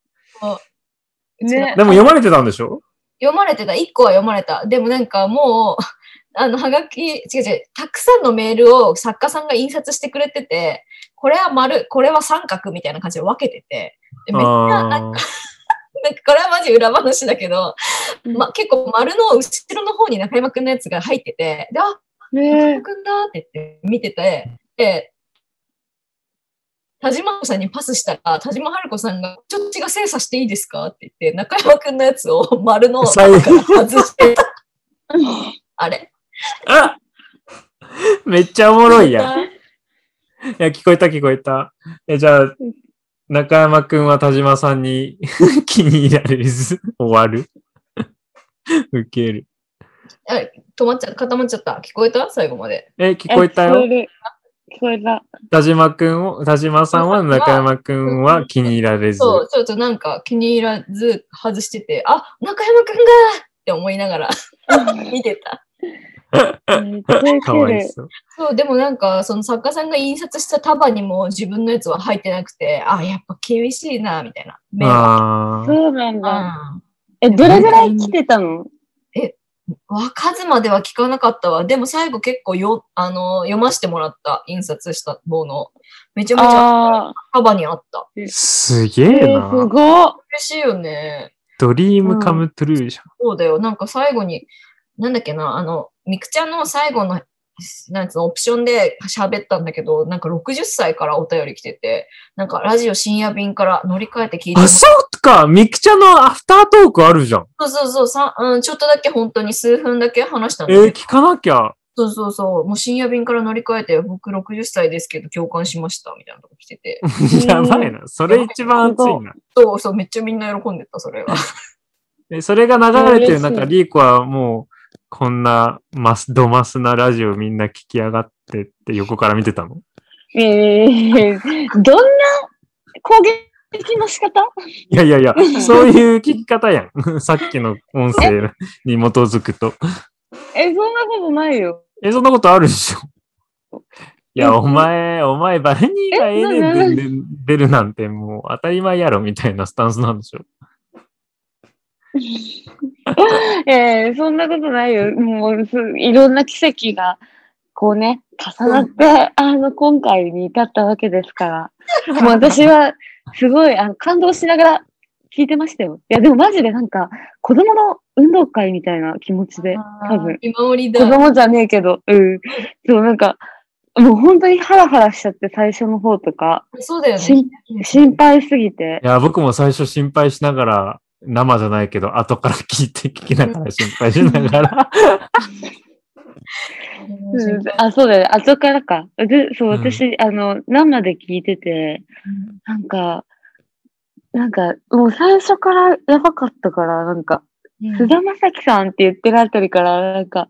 S3: ね
S2: でも読まれてたんでしょ
S1: 読まれてた。一個は読まれた。でもなんかもう、 あの、はがき、違う違う、たくさんのメールを作家さんが印刷してくれてて、これは丸、これは三角みたいな感じで分けてて、でめっちゃ、なん
S2: あ
S1: か
S2: あ
S1: これはマジ裏話だけど、
S3: うん
S1: ま、結構丸の後ろの方に中山くんのやつが入ってて、で、あ、
S3: ね
S1: 中山くんだって言って見てて、で、田島さんにパスしたら、田島春子さんが、ちょっと私が精査していいですかって言って、中山くんのやつを丸の
S2: 最後
S1: 外して、あれ
S2: あ めっちゃおもろいやん。いや、聞こえた聞こえた。え、じゃあ、中山くんは田島さんに 気に入られず終わる。受ける。
S1: 止まっちゃった、固まっちゃった。聞こえた最後まで。
S2: え、聞こえた
S3: 聞こえ
S2: よ。
S3: る聞こえた。
S2: 田島くんを、田島さんは中山くんは気に入られず。
S1: そう、ちょっとなんか気に入らず外してて、あ、中山くんがって思いながら見てた。
S3: めっちゃ受
S2: か
S3: け
S2: わい
S3: る。
S2: そう。
S1: そう、でもなんか、その作家さんが印刷した束にも自分のやつは入ってなくて、あ、やっぱ厳しいな、みたいな。目が
S2: ああ。
S3: そうなんだ。
S1: うん
S3: え、どれぐらい来てたの
S1: わ数までは聞かなかったわ。でも最後結構よ、あの、読ませてもらった、印刷したもの。めちゃめちゃ
S3: ああ
S1: 束にあった。
S2: すげ
S3: ー、え
S2: え
S3: ー、す
S2: な。
S3: ごっ。
S1: 嬉しいよね。
S2: ドリームカムトゥルーじゃん。
S1: そうだよ。なんか最後に、なんだっけな、あの、みくちゃんの最後の、なんつうの、オプションで喋ったんだけど、なんか60歳からお便り来てて、なんかラジオ深夜便から乗り換えて聞いて
S2: あ、
S1: ます
S2: そうかみくちゃんのアフタートークあるじゃん。
S1: そうそうそう、さうん、ちょっとだけ本当に数分だけ話したん
S2: え
S1: です
S2: ー、聞かなきゃ。
S1: そうそうそう、もう深夜便から乗り換えて、僕60歳ですけど共感しました、みたいなとこ来てて。
S2: やばいな。それ一番熱いな。
S1: そうそう、めっちゃみんな喜んでた、それは。
S2: えそれが流れてる
S3: えー嬉
S2: 中、
S3: し
S2: リーコはもう、こんなマス、ドマスなラジオみんな聞き上がってって横から見てたの
S3: えー、どんな攻撃の仕方
S2: いやいやいや、そういう聞き方やん。 さっきの音声に基づくと。
S3: え、そんなことないよ。
S2: え、そんなことあるでしょい
S3: え
S2: や、お前、お前、バレニーがええ
S3: な
S2: ね
S3: なん
S2: でで出るなんてもう当たり前やろみたいなスタンスなんでしょ
S3: えー、そんなことないよ。もうす、いろんな奇跡が、こうね、重なって、あの、今回に至ったわけですから。もう私は、すごい、あの、感動しながら聞いてましたよ。いや、でもマジでなんか、子供の運動会みたいな気持ちで、多分。
S1: 見守り
S3: 子
S1: だ。
S3: 供じゃねえけど、うん。そう、なんか、もう本当にハラハラしちゃって、最初の方とか、
S1: そうだよね。
S3: 心心配すぎて
S2: い。や、僕も最初心配しながら、生じゃないけど、後から聞いて聞きながら心配しながら。
S1: うん
S3: うんあ、そうだよね。後からか。で、そう、
S2: うん
S3: 私、あの、生で聞いてて、なんか、なんか、もう最初からやばかったから、なんか、
S1: うん
S3: 菅田将暉さんって言ってるあたりから、なんか、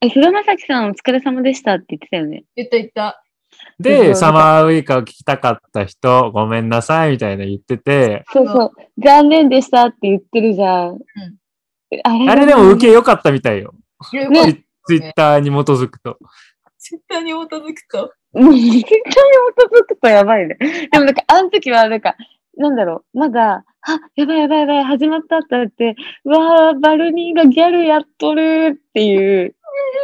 S3: え、菅田将暉さんお疲れ様でしたって言ってたよね。
S1: 言った言った。
S2: で、サマーウイカを聞きたかった人、ごめんなさい、みたいな言ってて、
S3: そうそう、残念でしたって言ってるじゃん。あれ
S2: あれでも受け良かったみたいよ。
S1: よ
S3: ね
S1: く
S2: ツイッターに基づくと。
S1: ツイッターに基づくと。
S3: もう、絶対に基づくとやばいね。でもなんか、あの時は、なんか、なんだろう、まだ、あ、やばいやばいやばい、始まったってなって、うわー、バルニーがギャルやっとるっていう、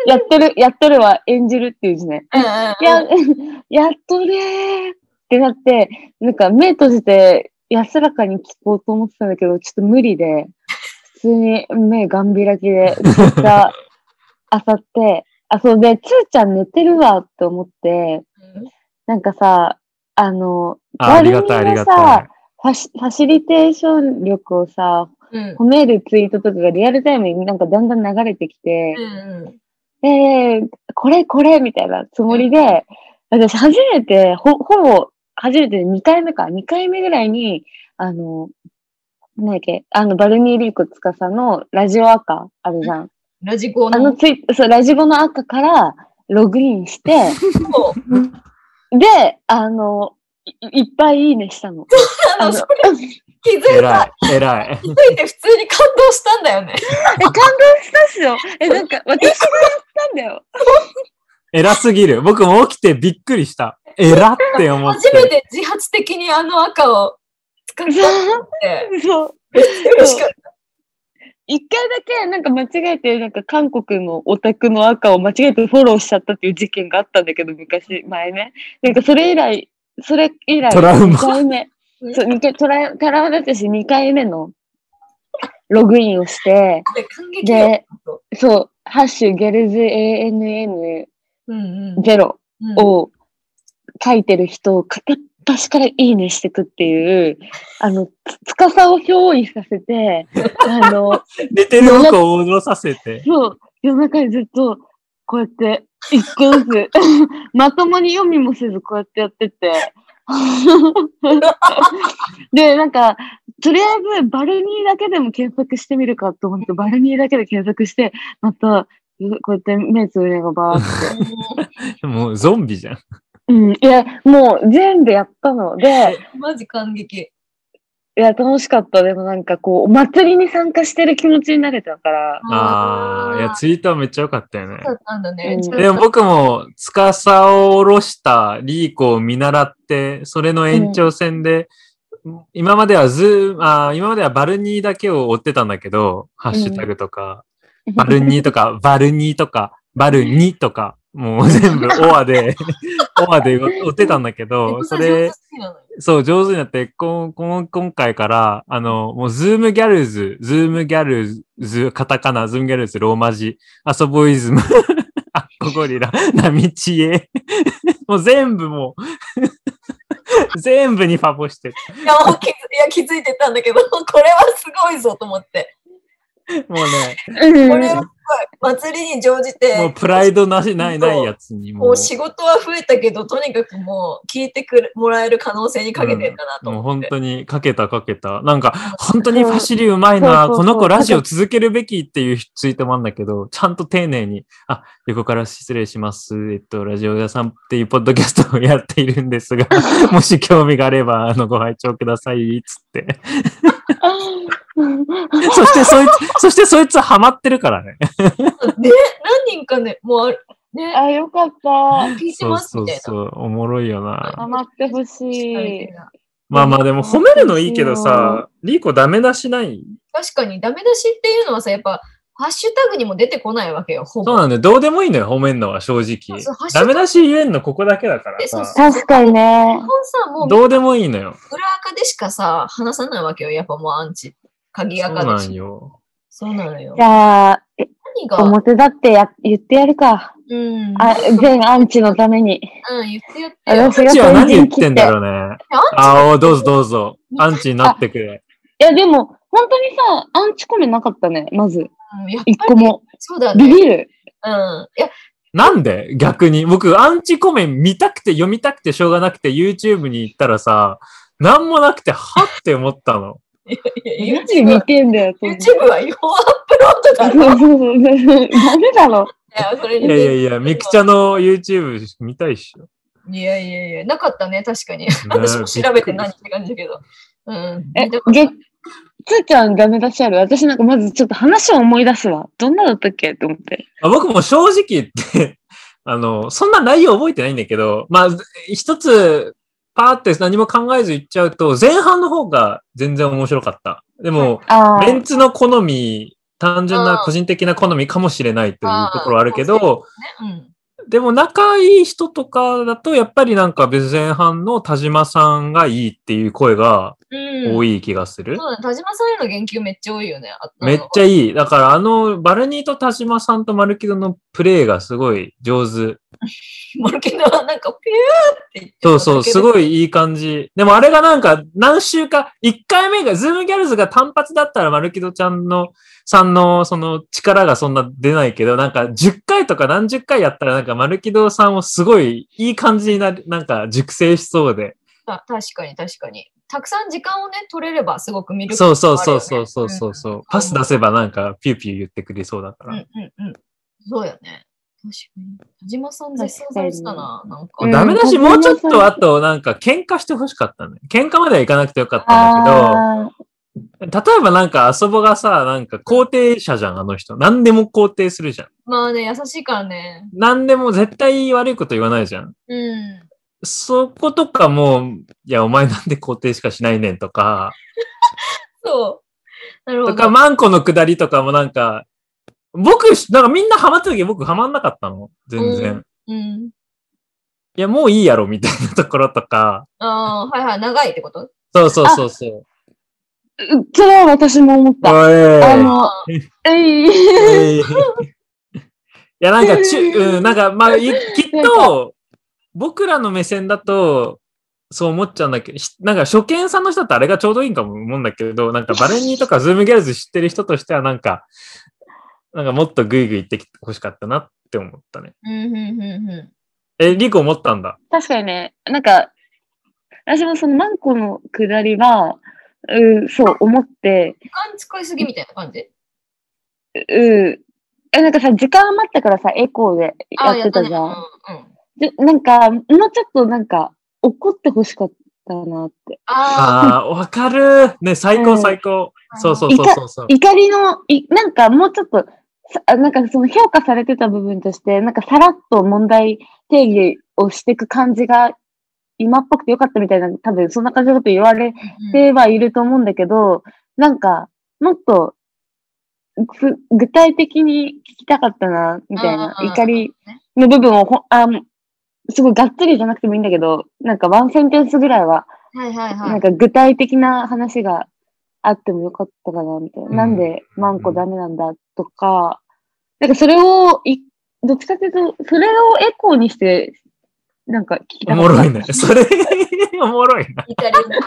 S3: やっとる、やっとるは演じるっていう字ね。
S1: うんうん
S3: いや、 やっとねーってなって、なんか目閉じて安らかに聞こうと思ってたんだけど、ちょっと無理で、普通に目ガン開きで、ツイッ ター、漁って、あ、そうで、つーちゃん寝てるわって思って、
S1: うん。
S3: なんかさ、あの、
S2: あありがたい、あ
S3: バル
S2: り
S3: ニー
S2: が
S3: の
S2: たい
S3: さ。ファシファシリテーション力をさ、
S1: うん
S3: 褒めるツイートとかがリアルタイムになんかだんだん流れてきて、
S1: うんうん。
S3: で、これこれみたいなつもりで、私初めて、ほ、ほぼ、初めて2回目か、2回目ぐらいに、あの、なんだっけ、あの、バルニー・リーコ司のラジオ赤あるじゃん。
S1: ラジコ
S3: あの
S1: の
S3: ツイそう、ラジオの赤からログイン して、
S1: 方。
S3: で、あの、いいっぱいいいねしたの。
S1: あの、
S3: の
S1: それ気づい
S2: え
S1: た。
S2: らい、えらい。
S1: 気づいて普通に感動したんだよね。
S3: え、感動したっすよ。え、なんか、私がやったんだよ。
S2: えらすぎる。僕も起きてびっくりした。えらって思って。
S1: 初めて自発的にあの赤を使っ たって。
S3: そう。
S1: 嬉しかっ
S3: 一回だけなんか間違えて、なんか韓国のオタクの赤を間違えてフォローしちゃったっていう事件があったんだけど、昔、前ね。なんかそれ以来、それ以来、
S2: トラウマ
S3: 2回目。
S1: うん
S3: そう、二回、トラウトラウマだったし、2回目のログインをして、
S1: た。感激よ。
S3: で、そう、ハッシュゲルズ ANN0
S1: うんうん。うん
S3: を書いてる人を片っ端からいいねしてくっていう、あの、つ 司を憑依させて、あの、
S2: 寝てる僕を踊らさせて。
S3: そう、夜中にずっと、こうやって、一個ずつ、 まともに読みもせず、こうやってやって て。で、なんか、とりあえず、バルニーだけでも検索してみるかと思って、バルニーだけで検索して、また、こうやって目つぶりながらバー って。
S2: もうゾンビじゃん。
S3: うん。いや、もう全部やったので、
S1: マジ感激。
S3: いや、楽しかった。でもなんかこう、お祭りに参加してる気持ちになれたから。
S2: あー、いや、
S1: つ
S2: ツイートはめっちゃ良かったよね。
S1: だったんだね。
S3: うん
S1: ちょっと
S2: でも僕も、司を下ろしたリーコを見習って、それの延長戦で、今まではズームあー今まではバルニーだけを追ってたんだけど、ハッシュタグとか、バルニーとか、バルニーとか、バルニとか、もう全部オアで、オアで追ってたんだけど、それ、そう、上手になって、こんこん今回から、あの、もう、ズームギャルズ、ズームギャルズ、カタカナ、ズームギャルズ、ローマ字、アソボイズム、 アッコゴリラ、ナミチエ。 もう全部もう、 全部にファボしてる、
S1: いやもう気づいや気づいてたんだけど、 これはすごいぞと思って。
S2: もうね、
S1: こ
S3: うん
S1: れはすごい祭りに乗じ
S2: も
S1: て
S2: う、プライドなし、ない、ないやつに、も
S1: も
S2: う
S1: う、仕事は増えたけど、とにかくもう聞いてくれもらえる可能性にかけてんだなと
S2: もう
S1: 思っ
S2: 本
S1: て。
S2: 当にかけたかけた。なんか、本当にファシリうまい
S3: そうそう
S2: な、
S3: そう
S2: この子ラジオ続けるべきっていうツイートもあるんだけど、ちゃんと丁寧に、あ、横から失礼します。えっと、ラジオ屋さんっていうポッドキャストをやっているんですが、もし興味があれば、あの、ご拝聴ください、つって。そしてそいつ、そしてそいつハマってるからね。
S1: で、何人かね、もうある、ね、
S3: あ、よかった。
S1: 聞いて
S2: そう
S1: ます
S2: そ
S1: み
S2: う
S1: たいな。
S2: そう、おもろいよな。
S3: 余ってほしい。
S2: まあまあでも褒めるのいいけどさ、リーコダメ出しない
S1: 確かにダメ出しっていうのはさ、やっぱ、ハッシュタグにも出てこないわけよ、ほ
S2: そう
S1: ぼ。
S2: なんだよ。どうでもいいのよ、褒めんのは正直
S1: そうそう。
S2: ダメ出し言えんのここだけだから
S1: えそう
S2: さ。
S3: 確かにね
S1: 基。本さ、もう
S2: どうでもいいのよ。
S1: 裏垢でしかさ、話さないわけよ、やっぱもうアンチ。鍵
S2: そう
S1: 垢
S2: な
S1: だ
S2: ん
S1: し。
S2: よ。
S1: そうなのよ
S3: じ。ゃあ、え
S1: 何が、
S3: 表だってや言ってやるか。
S1: うん、
S3: あ全アンチのために。
S1: うん、言ってやってよ。
S3: 私
S2: アン
S3: が
S2: チは何言
S3: 先陣
S2: っ
S3: 切
S2: て
S3: っ
S2: ん
S3: て。
S2: だ
S3: い
S2: ろうね。あお、どうぞどうぞ。アンチになってくれ。
S3: や、でも、本当にさ、アンチコメなかったね、まず。
S1: うんやっぱり
S3: 一個も。
S1: そうだ
S3: ビ
S1: ね。
S3: ビる。
S1: うん。いや、
S2: なんで逆に。僕、アンチコメン見たくて、読みたくてしょうがなくて、YouTube に行ったらさ、なんもなくて、はって思ったの。
S1: いや
S3: マ
S1: YouTube
S3: ジ似てんだよ、そんな
S1: YouTube は違法アップロードだ
S3: そうそ
S1: ろ
S3: うそう。ダメだろ。
S1: いやそれ
S2: い
S1: に
S2: やいやい や、ミクチャの YouTube 見たいっしょ。
S1: いやいやいや、 なかったね、確かに。私も調べて何って感じだけど。うん。
S3: え
S1: 見たことな
S3: げ
S1: い
S3: つーちゃんダメ出しある。私なんかまずちょっと話を思い出すわ。どんなだったっけと思って。
S2: まあ僕も正直言って、 あの、そんな内容覚えてないんだけど、まあ、一つ、パーって何も考えず言っちゃうと、前半の方が全然面白かった。でも、
S3: ああ。
S2: メンツの好み、単純な個人的な好みかもしれないというところはあるけど、
S1: うん。
S2: でも仲いい人とかだと、やっぱりなんか別前半の田島さんがいいっていう声が
S1: うん、
S2: 多い気がする。
S1: そうだね。田島さんへの言及めっちゃ多いよね。あ
S2: めっち
S1: ゃ。
S2: ゃいい。だからあの、バルニーと田島さんとマルキドのプレイがすごい上手。
S1: マルケンはなんか、ピューって言って
S2: そうそう、す
S1: い。
S2: ごいいい感じ。でもあれがなんか、何週か、1回目が、ズームギャルズが単発だったら、マルキドちゃんの、さんの、その、力がそんな出ないけど、なんか、10回とか何十回やったら、なんか、マルキドさんをすごい、いい感じになる、なんか、熟成しそうで。
S1: た確かに確かに。たくさん時間をね、取れればすごく魅力
S2: そうそう
S1: ある
S2: そ
S1: よ
S2: う
S1: ね
S2: そうそうそうそう。パス出せばなんか、ピューピュー言ってくれそうだか
S1: う
S2: ら。
S1: んうんうん。そうやね。確かに。田島さん絶賛されてたな、なんか。
S3: うん
S2: ダメだし、
S3: うん
S2: もうちょっとあと、なんか、喧嘩してほしかったね。喧嘩まではいかなくてよかったんだ
S3: あ
S2: けど、例えばなんか、遊ぼがさ、なんか肯定者じゃん、あの人。何でも肯定するじゃん。
S1: まあね、優しいからね。
S2: 何でも絶対悪いこと言わないじゃん。
S1: うん。
S2: そことかも、いや、お前なんで肯定しかしないねんとか、
S1: そう。なるほ
S2: と
S1: ど。
S2: か、マンコの下りとかもなんか、僕、なんかみんなハマった時僕ハマんなかったの。全然。
S1: うんうん。
S2: いや、もういいやろ、みたいなところとか。
S1: ああ、はいはい、長いってこと
S2: そうそうそうそう。
S3: ーうそれは私も思っ
S2: お
S3: た。あ
S2: い
S3: の、えい。
S2: いや、なんか、ち ゅ、うん、なんか、まあ、いきっと、僕らの目線だと、そう思っちゃうんだけど、ひなんか初見さんの人だってあれがちょうどいいんかも思うんだけど、なんかバレニーとかズームギャルズ知ってる人としてはなんか、なんかもっとグイグイ行ってきてほしかったなって思ったね。
S1: うん、うん、うん、う
S2: え、リコ思ったんだ。
S3: 確かにね、なんか、私もそのマンコの下りは、うん、そう思って、
S1: ん。時間使いすぎみたいな感じ
S3: うん、え、なんかさ、時間余ったからさ、エコーでや
S1: ああ、
S3: ってたじゃ
S1: や
S3: ん。
S1: ったねうん、うん。
S3: でなんか、もうちょっとなんか、怒ってほしかったなって。
S1: ああ、
S2: ああ、わかる。ね、最
S3: う
S2: 高
S3: ん
S2: 最高。そうそうそうそうそう。
S3: 怒りの、いなんかもうちょっと、さあなんかその評価されてた部分として、なんかさらっと問題定義をしていく感じが、今っぽくてよかったみたいな、多分そんな感じのこと言われ
S1: うん
S3: ってはいると思うんだけど、なんか、もっと、つ具体的に聞きたかったな、みたいな、
S1: うんうんうん
S3: 怒りの部分をほ、あすごいがっつりじゃなくてもいいんだけど、なんかワンセンテンスぐらいは、
S1: はいはいは
S3: なん
S1: い。
S3: か具体的な話があってもよかったかな、みたいな。
S2: うん
S3: なんでマンコダメなんだとか、なんかそれをい、どっちかっていうと、それをエコーにして、なんか聞き
S2: お
S3: たかった。
S2: もろいね。それ、 おもろいな。
S1: イタリアの。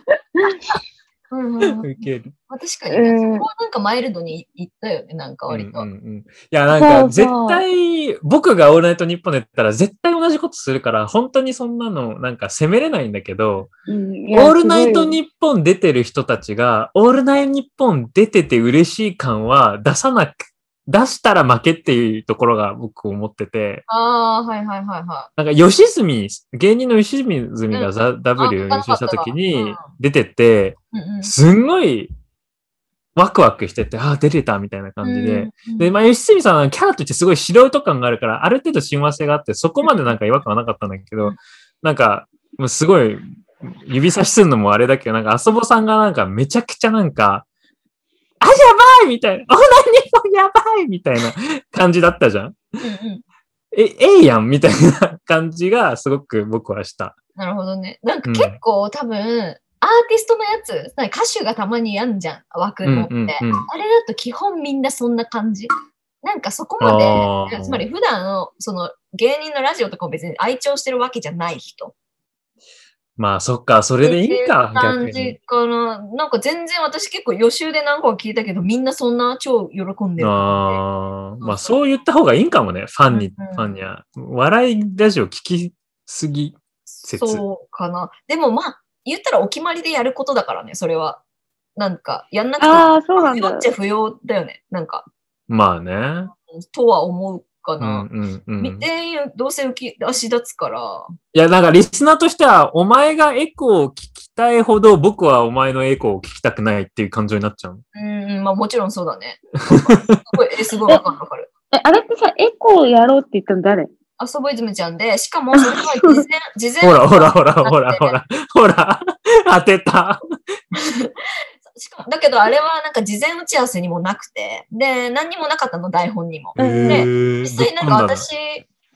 S1: うんうんうん
S2: ウケる。
S1: 確かにね、
S3: うん
S1: そこはなんかマイルドに言ったよね、なんか割と。
S2: うんうんうんいや、なんか、
S3: そう
S2: 絶
S3: そう
S2: 対、僕がオールナイトニッポンでやったら、絶対同じことするから、本当にそんなの、なんか、責めれないんだけど、
S3: うん。い
S2: オ
S3: や
S2: ールナイト
S3: すごい
S2: ニッポン出てる人たちが、オールナイトニッポン出てて嬉しい感は、出さなく、出したら負けっていうところが僕思ってて、
S1: ああ、はいはいはいは
S2: なんか、吉住、芸人の吉住がザ W 優勝した時
S1: うん
S2: に出てて、
S1: い。うんうん
S2: すんごい、ワクワクしてて、ああ、出れたみたいな感じで、、
S1: うん
S2: で、まあ、吉住さんはキャラとしてすごい素人感があるから、ある程度親和性があって、そこまでなんか違和感はなかったんだけど、なんか、もうすごい、指差しするのもあれだけど、なんか、あそぼさんがなんか、めちゃくちゃなんか、あ、やばいみたいな、あ、何もやばいみたいな感じだったじゃん。
S1: うんうん
S2: え、ええやんみたいな感じが、すごく僕はした。
S1: なるほどね。なんか
S2: うん
S1: 結構多分、アーティストのやつ、なんか歌手がたまにやんじゃん、枠
S2: うん
S1: のって。
S2: うんうん。
S1: あれだと基本みんなそんな感じ。なんかそこま
S2: あ
S1: で、
S2: ー
S1: つまり普段の、その芸人のラジオとかも別に愛聴してるわけじゃない人。
S2: まあ、そっか、それでいいか、逆
S1: 感
S2: に
S1: じ。かな。なんか全然私結構予習で何個か聞いたけど、みんなそんな超喜んでる。
S2: ああ、まあそう言った方がいいんかもね、ファンに、
S1: うんうん
S2: ファンには。笑いラジオ聞きすぎ。説
S1: そうかな。でもまあ、言ったらお決まりでやることだからね、それは。なんか、やんなくても
S3: ああ、そうなん
S1: 不要っ
S3: だ。
S1: ちゃ不要だよね。なんか、
S2: まあね。
S1: とは思うか
S2: う
S1: な。
S2: んうんうん
S1: 未定員どうせ浮き足立つから、
S2: いや、なんかリスナーとしては、お前がエコーを聞きたいほど、僕はお前のエコーを聞きたくないっていう感情になっちゃうの。
S1: うんうん、まあもちろんそうだね。 すごい、えすごいわかるわかる。
S3: え、あれってさ、エコーやろうって言ったの誰
S1: 遊ぼいずめちゃんで、しかもそれは事 前、事前
S2: ほらほらほらほらほら、ほら、当てた。
S1: しかも、だけどあれはなんか事前打ち合わせにもなくて、で、何にもなかったの、台本にも。
S3: うん
S2: へー
S1: 実際なんか
S2: ぶっ
S1: 私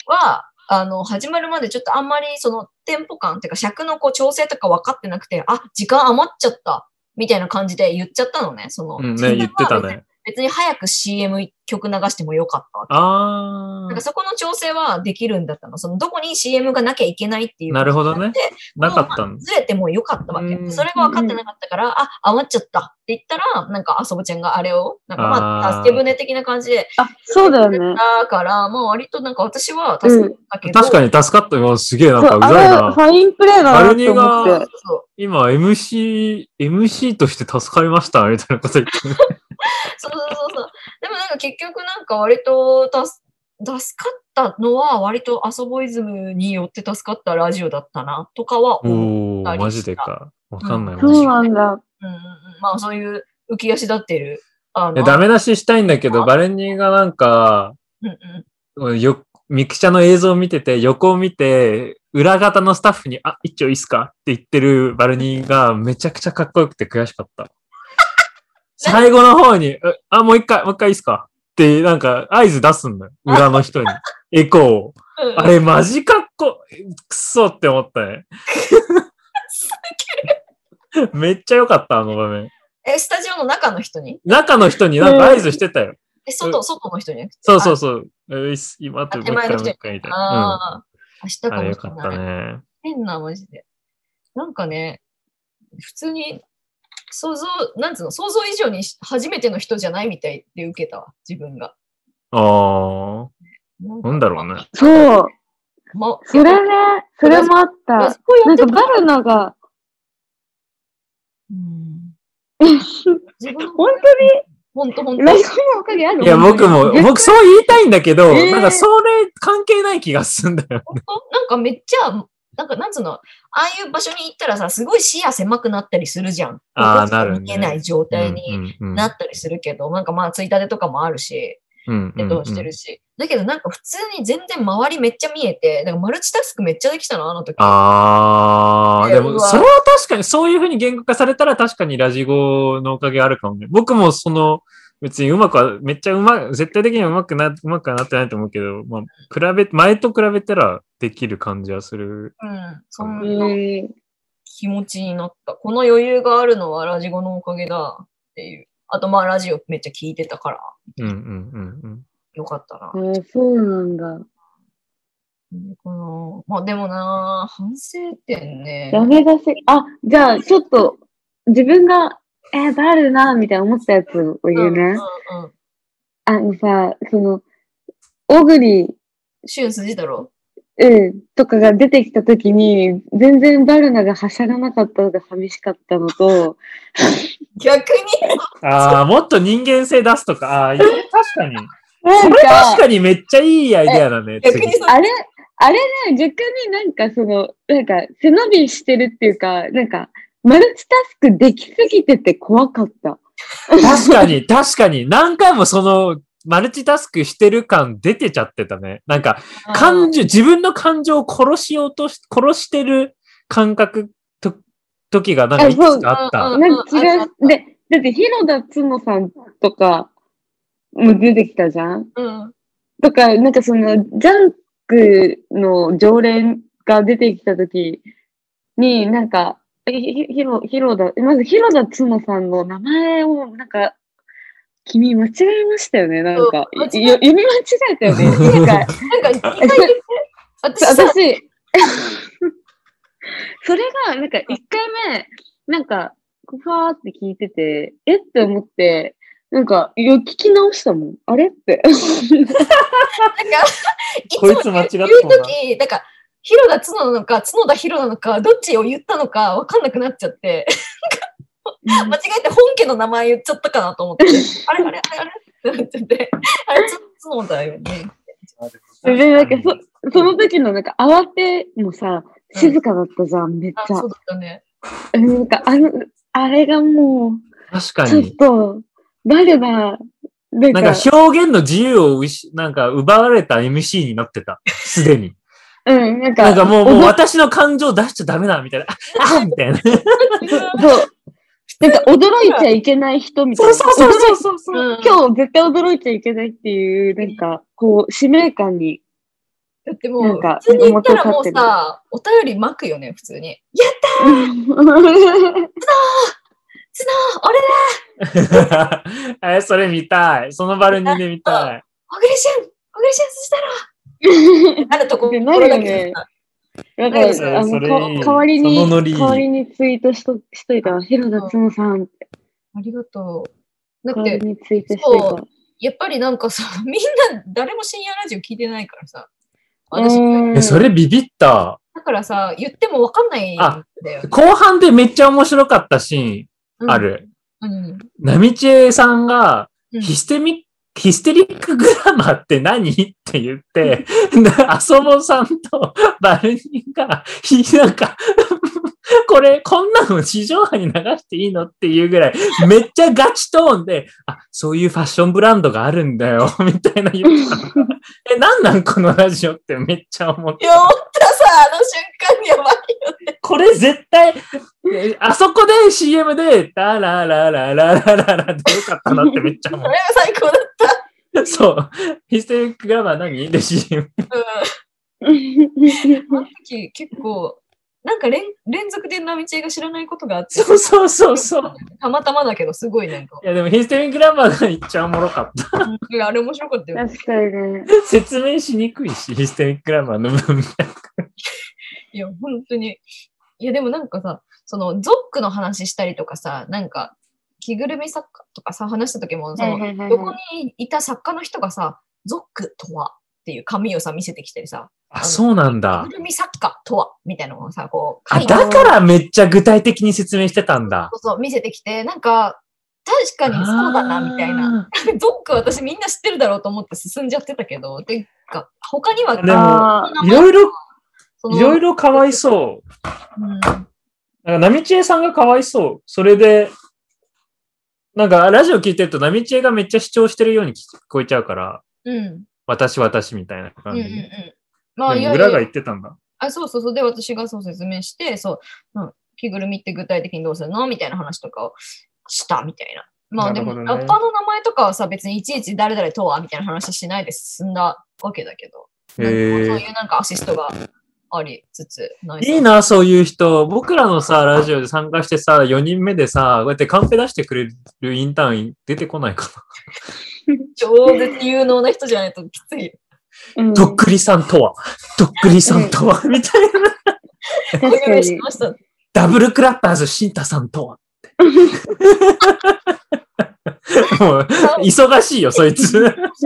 S1: は、あの、始まるまでちょっとあんまりそのテンポ感っていうか尺のこう調整とか分かってなくて、あ、時間余っちゃった、みたいな感じで言っちゃったのね、その。
S2: 込んだな。うんね、言ってたね。
S1: 別に早く CM 曲流してもよかった。
S2: あ
S1: なんか
S2: ー。
S1: そこの調整はできるんだったの。そのどこに CM がなきゃいけないっていう。
S2: なるほどね。なかったんだ。
S1: ずれてもよかったわけ
S2: う。ん
S1: それが分かってなかったから、あ、余っちゃったって言ったら、なんか、あそぼちゃんがあれを、なんかま
S2: あー
S1: あ、助け舟的な感じで、
S3: あ、そうだよね。
S1: だから、まあ割となんか私は助かったけど、
S2: 確かに助かったよ。すげえ、なんか
S3: そうう、
S2: ざい
S3: あれ、
S2: な
S3: フ。ァインプレーだなって
S2: バルニ
S3: 思
S2: ー
S3: っ
S2: が
S3: て。
S1: そう
S2: 今、MC、MC として助かりました、みたいなこと言ってる。
S1: そうそうそうそう。でもなんか結局なんか割とたす助かったのは割とアソボイズムによって助かったラジオだったなとかは思う。う
S2: お
S1: ん
S2: ー、マジでか。わかんない。
S3: そうなんだ。
S1: うんうん、まあそういう浮き足立ってる。あ
S2: いや
S1: の
S2: ダメ出ししたいんだけど、バレニーがなんか、
S1: うんうん
S2: よ、ミクチャの映像を見てて、横を見て、裏方のスタッフに、あ、一丁いいっすかって言ってるバルニーがめちゃくちゃかっこよくて悔しかった。最後の方に、うあ、もう一回、もう一回いいっすかって、なんか合図出すんだよ。裏の 人に。エコーを。
S1: うんうん。
S2: あれ、マジかっこ、くそって思ったね。めっちゃ良かった、あの場面。
S1: え、スタジオの中の人に
S2: 中の人になんか合図してたよ。
S1: え、外、外の人に
S2: そうそうそう。ういっす今と、もう
S1: 手
S2: 一
S1: 前
S2: 回、
S1: の
S2: も
S1: 人
S2: う一回みたいな。
S1: ああ、明日
S2: うん。
S1: か
S2: あれ
S1: も
S2: 良
S1: し
S2: か
S1: れ
S2: った
S1: ない。
S2: ね。
S1: 変な、マジで。なんかね、普通に、想像、なんつうの、想像以上に初めての人じゃないみたいで受けたわ、自分が。
S2: あ
S1: なん
S2: あ、
S1: か
S2: なんだろうね。
S3: そう。
S1: ま、
S3: それね、それもあった。
S1: そこや
S3: な
S1: っ
S3: ん
S1: て
S3: か
S1: た
S3: バルナが、
S1: うん自分
S3: 本
S1: 本当本当。
S3: 何のおかげある
S2: いや、僕も、
S3: 絶対
S2: 僕そう言いたいんだけど、
S3: えー
S2: なんかそれ関係ない気がすんだよ。
S1: 本当なんかめっちゃ、なんかなんつうの、ああいう場所に行ったらさ、すごい視野狭くなったりするじゃん。
S2: あー
S1: ここしか
S2: なるね
S1: 見えない状態に
S2: うんうん
S1: なったりするけど、なんかまあついたてとかもあるし、
S2: うん
S1: えっとしてるし。だけどなんか普通に全然周りめっちゃ見えて、なんかマルチタスクめっちゃできたの、あの時。
S2: ああ、で
S1: う
S2: も、
S1: わ
S2: それは確かに、そういうふうに言語化されたら確かにラジゴのおかげあるかもね。僕もその、別にうまくは、めっちゃうまい、絶対的にはうまくな、うまくはなってないと思うけど、まあ、比べ、前と比べたらできる感じはする。
S1: うん。そ
S3: うん。
S1: なん気持ちになった。この余裕があるのはラジゴのおかげだっていう。あとまあラジオめっちゃ聞いてたから、
S2: うんうんうんうん。
S1: よかったな
S3: あ。ーそうなんだ。
S1: このまあでもな、反省点ね。
S3: ダメ出し。あ、じゃあ、ちょっと、自分が、えー、バルナみたいな思ったやつを言う
S1: うん
S3: ね。
S1: うんうん。
S3: あのさ、その、オグリ、
S1: 旬筋だろ。
S3: うん、とかが出てきたときに、全然バルナがはしゃがなかったのが寂しかったのと、
S1: 逆に
S2: ああ、もっと人間性出すとか、ああー、いや確かに。
S3: な
S2: そ
S3: ん
S2: れ確
S3: か、
S2: かにめっちゃいいアイデアだね。
S1: 逆に
S2: 次
S1: そ
S3: あれ、あれね、逆になんかその、なんか背伸びしてるっていうか、なんか、マルチタスクできすぎてて怖かった。
S2: 確かに、確かに。何回もその、マルチタスクしてる感出てちゃってたね。なんか、感情、自分の感情を殺しようとし、殺してる感覚と、時がなんかいくつかあっ
S1: あそ
S2: た。
S1: う
S3: なんか違
S1: ああ
S3: う。で、だって、広田つのさんとかも出てきたじゃん
S1: うん。
S3: とか、なんかその、ジャンクの常連が出てきたときに、なんか、えひひひろ、ひろだ、まずひろだつのさんの名前を、なんか、君間違えましたよね、なんか。
S1: そう間違え
S3: よ読み間違えたよね。なんか、
S1: なんか、 一回言って。私さ、
S3: 私、 それが、なんか、一回目、なんか、ふわーって聞いてて、えって思って、なんか、よ、聞き直したもん。あれ って。
S1: なんか、いつ
S2: こ
S1: も
S2: いつ間違った
S1: 言
S2: な
S1: うとき、なんか、広田角なのか、角田広なのか、どっちを言ったのか分かんなくなっちゃって、間違えて本家の名前言っちゃったかなと思って、あれあれあれあれってなっちゃって、あれ、角だよね。
S3: で、なんかそ、その時のなんか慌てもさ、静かだったじゃん、めっ
S1: あ、
S3: ちゃ
S1: そう。だったね。
S3: なんか、あの、あれがも
S2: 確
S3: う、
S2: か
S3: ちょっ
S2: に。
S3: と、誰だ、なん
S2: な
S3: か、
S2: んか表現の自由をうし、なんか奪われた MC になってた。すでに。
S3: うん、なんか、
S2: なんかもう、もう
S3: 踊っ
S2: 私の感情出しちゃダメだ、みたいな。ああみたいな。
S3: そう。なんか、驚いちゃいけない人みたい
S2: そう
S3: な。
S2: そうそうそうそう。
S1: うん
S3: 今日絶対驚いちゃいけないっていう、なんか、こう、使命感 に。
S1: だって
S3: な
S1: も
S3: ん
S1: う、
S3: か
S1: 普通に言ったらもうさ、お便り巻くよね、普通に。いや、つなー、あれだ、
S2: え、それ見たい。そのバルニーで見たい。
S1: 小栗旬小栗旬し たらなるとこ
S3: で
S1: ろ
S3: なるよ
S1: だ
S3: ね
S1: け
S3: だか
S1: えそ
S3: ら、あの、
S2: それいい
S3: か代わり
S2: そのノ
S3: に、
S2: リ
S3: 代わりにツイートしとしといたわ。広田つむさん、
S1: ありがとう。だ
S3: 代わ
S1: っ
S3: り
S1: て、
S3: にツイートしといた
S1: そ
S3: わ。
S1: やっぱりなんかさ、みんな誰も深夜ラジオ聞いてないからさ。私、
S3: え
S2: え、それビビった。
S1: だからさ、言ってもわかんないんだよね。
S2: 後半でめっちゃ面白かったシー
S1: うん
S2: ンあ。る。
S1: うん
S2: ナミチエさんが、
S1: うん
S2: ヒステミック、ヒステリックグラマーって何って言っ て、あそぼさんとバルニーが、ひなんか、 これ、こんなの地上波に流していいのっていうぐらい、めっちゃガチトーンで、あ、そういうファッションブランドがあるんだよ、 みたいな言ってたの。え、なんなんこのラジオってめっちゃ思って。
S1: いや、思ったさ、あの瞬間にやばいよね。
S2: これ絶対、えあそこで CM で、ララララララララでよかったなってめっちゃ思
S1: あ
S2: う
S1: れは最高だ っ
S2: そう。ヒステリックグラマー何 で CM。
S1: た。うん。あの時結構、なんか連連続でナミチェが知らないことがあって、
S2: そうそうそうそう。
S1: たまたまだけど、すごいなんか、
S2: いやでもヒステリックグラマーがいっちゃおもろか った。
S1: うんあれ面白かったよね。
S3: 確かにね。
S2: 説明しにくいし、ヒステリックグラマーの文脈。
S1: いや、本当に。いや、でもなんかさ、その、ゾックの話したりとかさ、なんか、着ぐるみ作家とかさ、話した時も、そ
S3: はい
S1: の、
S3: はいはい
S1: 横
S3: はい
S1: にいた作家の人がさ、ゾックとはっていう紙をさ、見せてきたりさ、
S2: あ、そうなんだ
S1: 着。ぐるみ作家とはみたいなのをさ、こう、
S2: あ、
S1: いて
S2: だからめっちゃ具体的に説明してたんだ。
S1: そうそう、見せてきて、なんか、確かにそうだな、みたいな。
S2: あ
S1: ゾック私みんな知ってるだろうと思って進んじゃってたけど、てか、他には、
S2: でも
S3: あ
S2: ー。いろいろ、
S1: そ
S2: いろいろかわいそう。
S1: うん
S2: なんか、ナミチエさんがかわいそう。それで、なんか、ラジオ聞いてると、ナミチエがめっちゃ主張してるように聞こえちゃうから、
S1: うん。うん
S2: 私、私みたいな
S1: う
S2: 感
S1: んう
S2: じ。
S1: ん。まあ、い
S2: で
S1: や
S2: も
S1: いや
S2: 裏が言ってたんだ。
S1: あ、そうそうそう。で、私がそう説明して、そう、うん、着ぐるみって具体的にどうするのみたいな話とかをしたみたいな。まあ
S2: な
S1: で
S2: るほ
S1: も、
S2: どね
S1: ラッパーの名前とかはさ、別にいちいち誰々とはみたいな話しないで進んだわけだけど、なんか
S2: へえ
S1: そういうなんかアシストがありつつ、ナイス
S2: いいな、そういう人。僕らのさ、ラジオで参加してさ、4人目でさ、こうやってカンペ出してくれるインターン出てこないか
S1: 超絶有能な人じゃないときついよ。
S3: うん
S2: な。とっくりさんとは、とっくりさんとは、 みたいな。
S1: お
S3: 確か
S1: 願いし
S3: に。
S1: ました。
S2: ダブルクラッパーズ、シンタさんとは。もう、忙しいよ、そいつ。い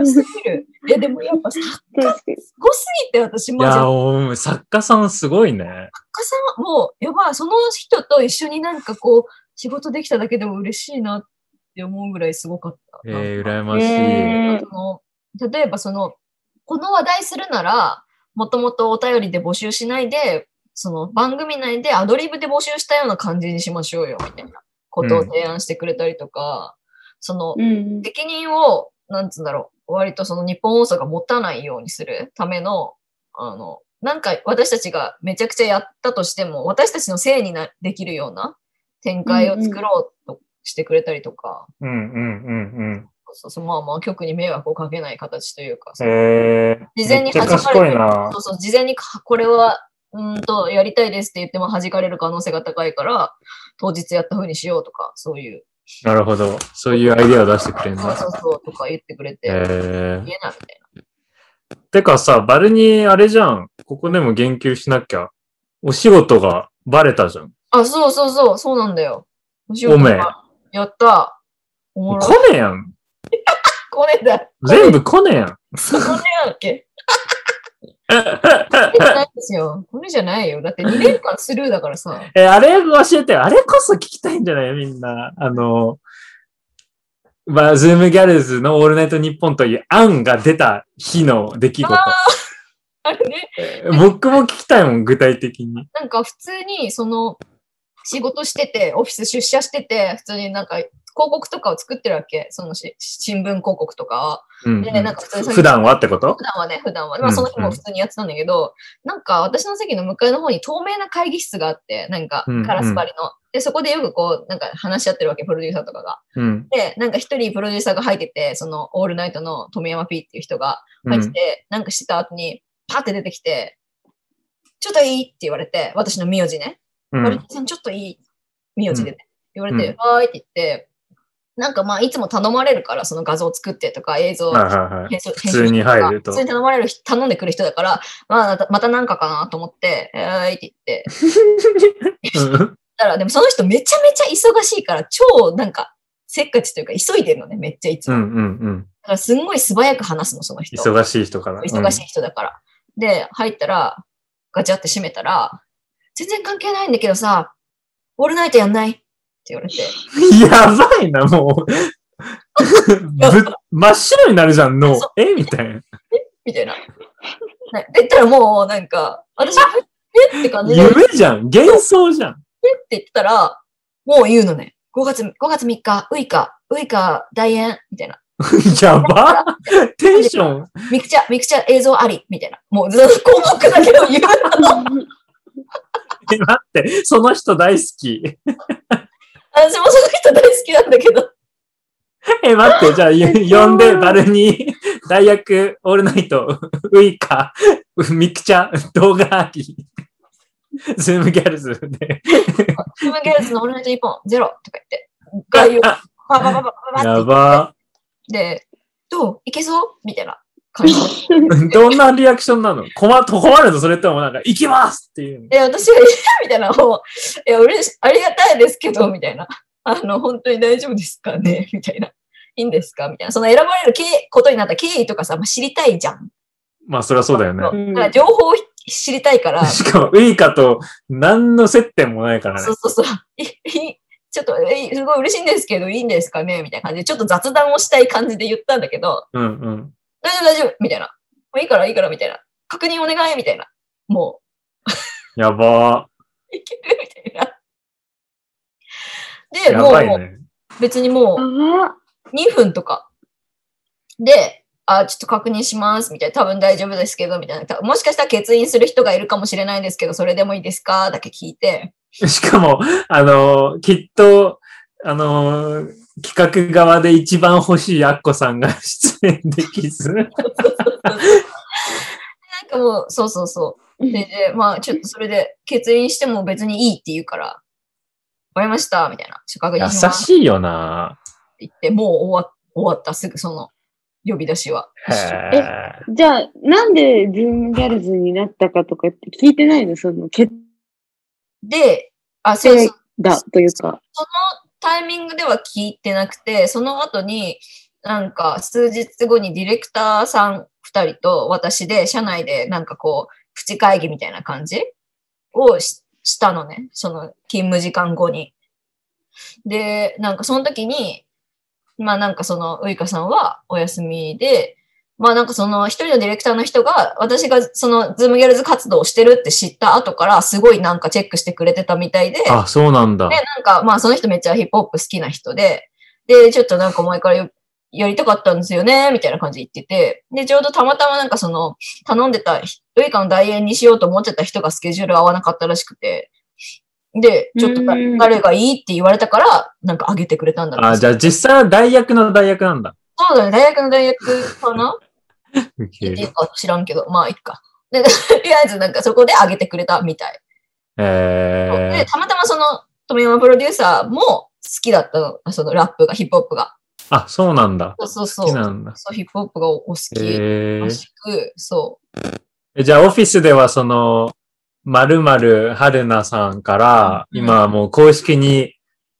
S1: すぎる。いや、でもやっぱす
S3: 確かに。
S1: ごすぎて、私マジで
S2: や、。おう作家さんすごいね。
S1: 作家さんはもう、やばい、その人と一緒になんかこう、仕事できただけでも嬉しいなって思うぐらいすごかった。
S2: えー、
S1: なんか
S2: 羨ましい。
S3: えー
S1: その例えばその、この話題するなら、もともとお便りで募集しないで、その番組内でアドリブで募集したような感じにしましょうよ、みたいなことを提案してくれたりとか、その、
S3: うん。
S1: 責任を、なんつうんだろう、割とその日本放送が持たないようにするための、あの、なんか私たちがめちゃくちゃやったとしても、私たちのせいになできるような展開を作ろうとしてくれたりとか、
S2: うんうんうんうん。
S1: そうそうまあまあ局に迷惑をかけない形というか、
S2: えー、
S1: 事前
S2: め
S1: に
S2: っちゃ
S1: 弾か
S2: 賢
S1: れ
S2: い
S1: る
S2: な
S1: そ。うそう、事前にかこれは、うーんと、やりたいですって言っても弾かれる可能性が高いから、当日やった風にしようとか、そういう、
S2: なるほど。そういうアイデアを出してくれるん
S1: そうそ
S2: だ。
S1: うそうとか言ってくれて、
S2: え
S1: 言え
S2: ー
S1: ないみたいな。
S2: てかさ、バルニーあれじゃん。ここでも言及しなきゃ。お仕事がバレたじゃん。
S1: あ、そうそうそう、そうなんだよ。お仕
S2: おめえ
S1: やった。おもろい。
S2: 来ねえやん。
S1: これだ。
S2: 全部来ねえやん。
S1: これやっけ。これじゃないですよ。これじゃないよ。だって2年間スルーだからさ。
S2: え、あれ教えてよ。あれこそ聞きたいんじゃないみんな。あの、まあ、ズームギャルズのオールナイトニッポンという案が出た日の出来事。
S1: あれね、
S2: 僕も聞きたいもん、具体的に。
S1: なんか普通に、その、仕事してて、オフィス出社してて、普通になんか広告とかを作ってるわけ。そのし新聞広告とか。
S2: うんうん
S1: で、なんか普通にそれ
S2: 普段はってこと
S1: 普段はね、普段は。
S2: うん
S1: ま
S2: う
S1: あ
S2: ん
S1: その日も普通にやってたんだけど、なんか私の席の向かいの方に透明な会議室があって、なんか
S2: うんうん
S1: ガラス張りの。で、そこでよくこう、なんか話し合ってるわけ、プロデューサーとかが。
S2: うん。
S1: で、なんか一人プロデューサーが入ってて、その、オールナイトの富山 P っていう人が
S2: う
S1: 入って
S2: ん
S1: て、なんかしてた後に、パって出てきて、ちょっといいって言われて、私の名字ね。
S2: うん
S1: バルさんちょっといい名字でね、言われ
S2: う
S1: て、はーいって言って、なんかまあ、いつも頼まれるから、その画像作ってとか映像
S2: はいはいはい。
S1: 編集、普
S2: 通に入ると
S1: 普通に頼まれる、頼んでくる人だから、まあ、またなんかかなと思って、はーいって言って、
S2: うん
S1: たら、でもその人めちゃめちゃ忙しいから、超なんか、せっかちというか、急いでるのね、めっちゃいつ
S2: う
S1: も。だ
S2: んうんうん。
S1: からすんごい素早く話すの、その人。
S2: 忙しい人から。
S1: 忙しい人だから。で、入ったら、ガチャって閉めたら、全然関係ないんだけどさ、オールナイトやんないって言われて、
S2: い。 やばいな、もう。ぶ真っ白になるじゃん、脳
S1: そ。
S2: えみたいな。
S1: みたいな。ねで、言ったらもう、なんか、私、えって感じで、えっ
S2: 夢じゃん。幻想じゃん。
S1: て言ったら、もう言うのね。5月、5月3日、ウイカ、ウイカ、大円、みたいな。
S2: やばテンション。
S1: ミクチャ、ミクチャ映像あり、みたいな。もうずっと項目だけを言うの。
S2: え待って、その人大好き。
S1: 私もその人大好きなんだけど。
S2: え、待って、じゃあ、ゆ呼んで、バルニー、大学、オールナイト、ウイカ、ミクチャ、動画あり、ズームギャルズで。
S1: ズームゲーズのオールナイト日本、ゼロとか言って。概要、ババババ
S2: や
S1: バババって言っ
S2: ば。
S1: て、どういけそうみたいな感じで。
S2: どんなリアクションなの困困るのそれともなんか、行きますっていうの。
S1: え、私が、いやみたいな、もう、いや、嬉し、ありがたいですけど、みたいな。 あの、本当に大丈夫ですかね みたいな。いいんですかみたいな。その選ばれる経ことになった経緯とかさ、まあ、知りたいじゃん。
S2: まあ、そりゃそうだよね
S1: そ。
S3: うん
S1: だから情報を知りたいから、
S2: しかも、ウイカと何の接点もないから
S1: そ
S2: ね
S1: う。そう そう。いいちょっと、えすごい嬉しいんですけど、いいんですかねみたいな感じで、ちょっと雑談をしたい感じで言ったんだけど、
S2: うんうん。
S1: 大丈夫、大丈夫みたいな。もういいから、いいから、みたいな。確認お願いみたいな。もう、
S2: やば。
S1: いけるみたいな。で、
S2: や
S1: も、
S2: ばいうね。
S1: 別にもう、
S3: あ
S1: 2分とか。で、あ、ちょっと確認します、みたいな。多分大丈夫ですけど、みたいなた。もしかしたら欠員する人がいるかもしれないんですけど、それでもいいですかだけ聞いて。
S2: しかも、あのーきっと、あのー企画側で一番欲しいアッコさんが出演できず。
S1: なんかもう、そうそうそう。で、でまあ、ちょっとそれで、欠員しても別にいいって言うから、わかりました、みたいな。ちょっと確認し
S2: 優
S1: ますっ
S2: しいよな
S1: て言って、もう終わ終わった、すぐその、呼び出しは。
S2: へえ。
S3: じゃあ、なんでズームギャルズになったかとかって聞いてないのその、決
S1: で、あ、そうそう
S3: 定だというか。
S1: タイミングでは聞いてなくて、その後に、なんか数日後にディレクターさん2人と私で、社内でなんかこう、プチ会議みたいな感じをししたのね。その勤務時間後に。で、なんかその時に、まあなんかその、ウイカさんはお休みで、まあなんかその一人のディレクターの人が私がそのズームギャルズ活動をしてるって知った後からすごいなんかチェックしてくれてたみたいで、
S2: あ、そうなんだ
S1: で、。なんか、まあ、その人めっちゃヒップホップ好きな人で、で、ちょっとなんか前からよやりたかったんですよね、みたいな感じで言ってて、で、ちょうどたまたまなんかその、頼んでた、ウイカの代演にしようと思ってた人がスケジュール合わなかったらしくて、で、ちょっとだ
S3: うん
S1: 誰がいいって言われたから、なんかあげてくれたんだろう
S2: あ、じゃあ実際は大学の大学なんだ。
S1: そうだね、大学の大学 かな
S2: ウケ
S1: って
S2: る
S1: いうか知らんけど、まあ、いっか。で、と りあえずなんかそこであげてくれたみたい。で、
S2: えー
S1: たまたまその、富山プロデューサーも好きだったの、そのラップが、ヒップホップが。
S2: あ、そうなんだ。
S1: そうそうそ
S2: 好き
S1: う。
S2: なんだ。
S1: そうヒップホップがお好き
S2: え
S1: ら
S2: ー
S1: しく、そう。
S2: えじゃあ、オフィスではその、まるまるはるなさんから、
S1: うん
S2: 今はもう公式に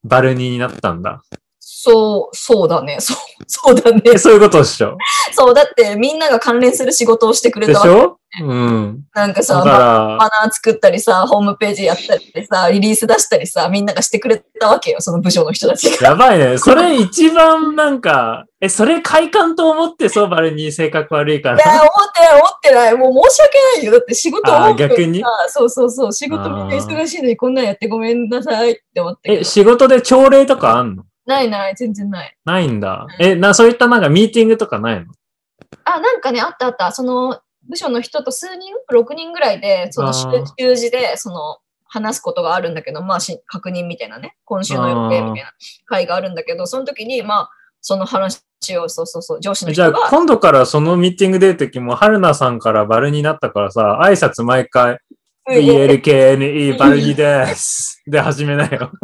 S2: バルニーになったんだ。
S1: そう、そうだね。 そう、そうだね。
S2: えそういうことでしょ
S1: そう、だってみんなが関連する仕事をしてくれ
S2: で
S1: たわ
S2: し
S1: け。
S2: ょうん。
S1: なんか
S2: だ
S1: さ、
S2: か
S1: バナー作ったりさ、ホームページやったりでさ、リリース出したりさ、みんながしてくれたわけよ、その部署の人 たち
S2: ら、
S1: が。
S2: やばいね。それ一番なんか、え、それ快感と思ってそう、バルニー性格悪いか
S1: いや、
S2: ら。
S1: 思ってない、思ってない。もう申し訳ないよ。だって仕事
S2: あー
S1: 多くてさ
S2: 逆に
S1: そうそうそう。仕事みんな忙しいのにこんなんやってごめんなさいって思って
S2: え、。仕事で朝礼とかあんの
S1: ないない、全然ない。
S2: ないんだ。え、な、そういったなんかミーティングとかないの
S1: あ、なんかね、あったあった。その、部署の人と数人、6人ぐらいで、その週
S2: あー
S1: 週次で、その、話すことがあるんだけど、まあし、確認みたいなね、今週の予定みたいな会があるんだけど、その時に、まあ、その話を、そうそうそう、上司の
S2: じゃあ
S1: 人が、
S2: 今度からそのミーティング出るときも、春菜さんからバルニーだったからさ、挨拶毎回、
S1: う ん
S2: BLKNE バルニーです。で、始めなよ。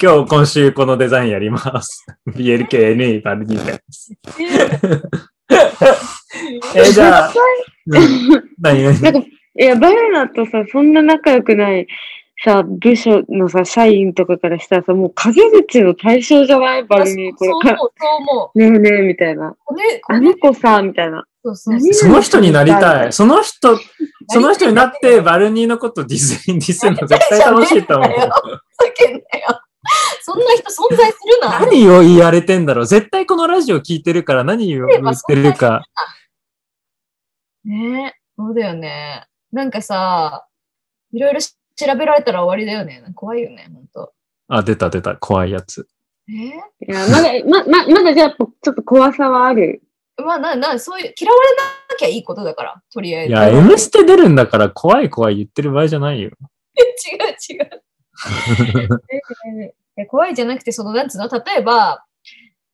S2: 今日、今週このデザインやります。BLKNE バルニーです。え、じゃあ、うん何何
S3: なんか、いや、バレナとさ、そんな仲良くない、さ、部署のさ、社員とかからしたらさ、もう陰口の対象じゃないバルニー、こ
S1: そう
S3: れ
S1: 思
S3: か。
S1: う、そう思
S3: ねえねえ、みたいな。
S1: う。ね、
S3: あの子さ、みたいな。
S1: そうそう
S3: 何
S2: その人になりたい。その人、その人になって、バルニーのことディス、ディスるの絶対楽しいと思う。
S1: 叫んだよ。そんな人存在するな。
S2: 何を言われてんだろう絶対このラジオ聞いてるから何を言ってるか。
S1: ねそうだよね。なんかさ、いろいろ調べられたら終わりだよね。怖いよね、ほんと。
S2: あ、出た出た。怖いやつ。
S1: え
S3: いや、まだ、ま、ま、まだじゃあ、ちょっと怖さはある。
S1: ーまあ、な、な、そういう、嫌われなきゃいいことだから、とりあえ
S2: い
S1: ず。
S2: や、
S1: 違う
S2: M ステ出るんだから怖い怖い言ってる場合じゃないよ。
S1: 違う。 え怖いじゃなくて、その、なんつうの、例えば、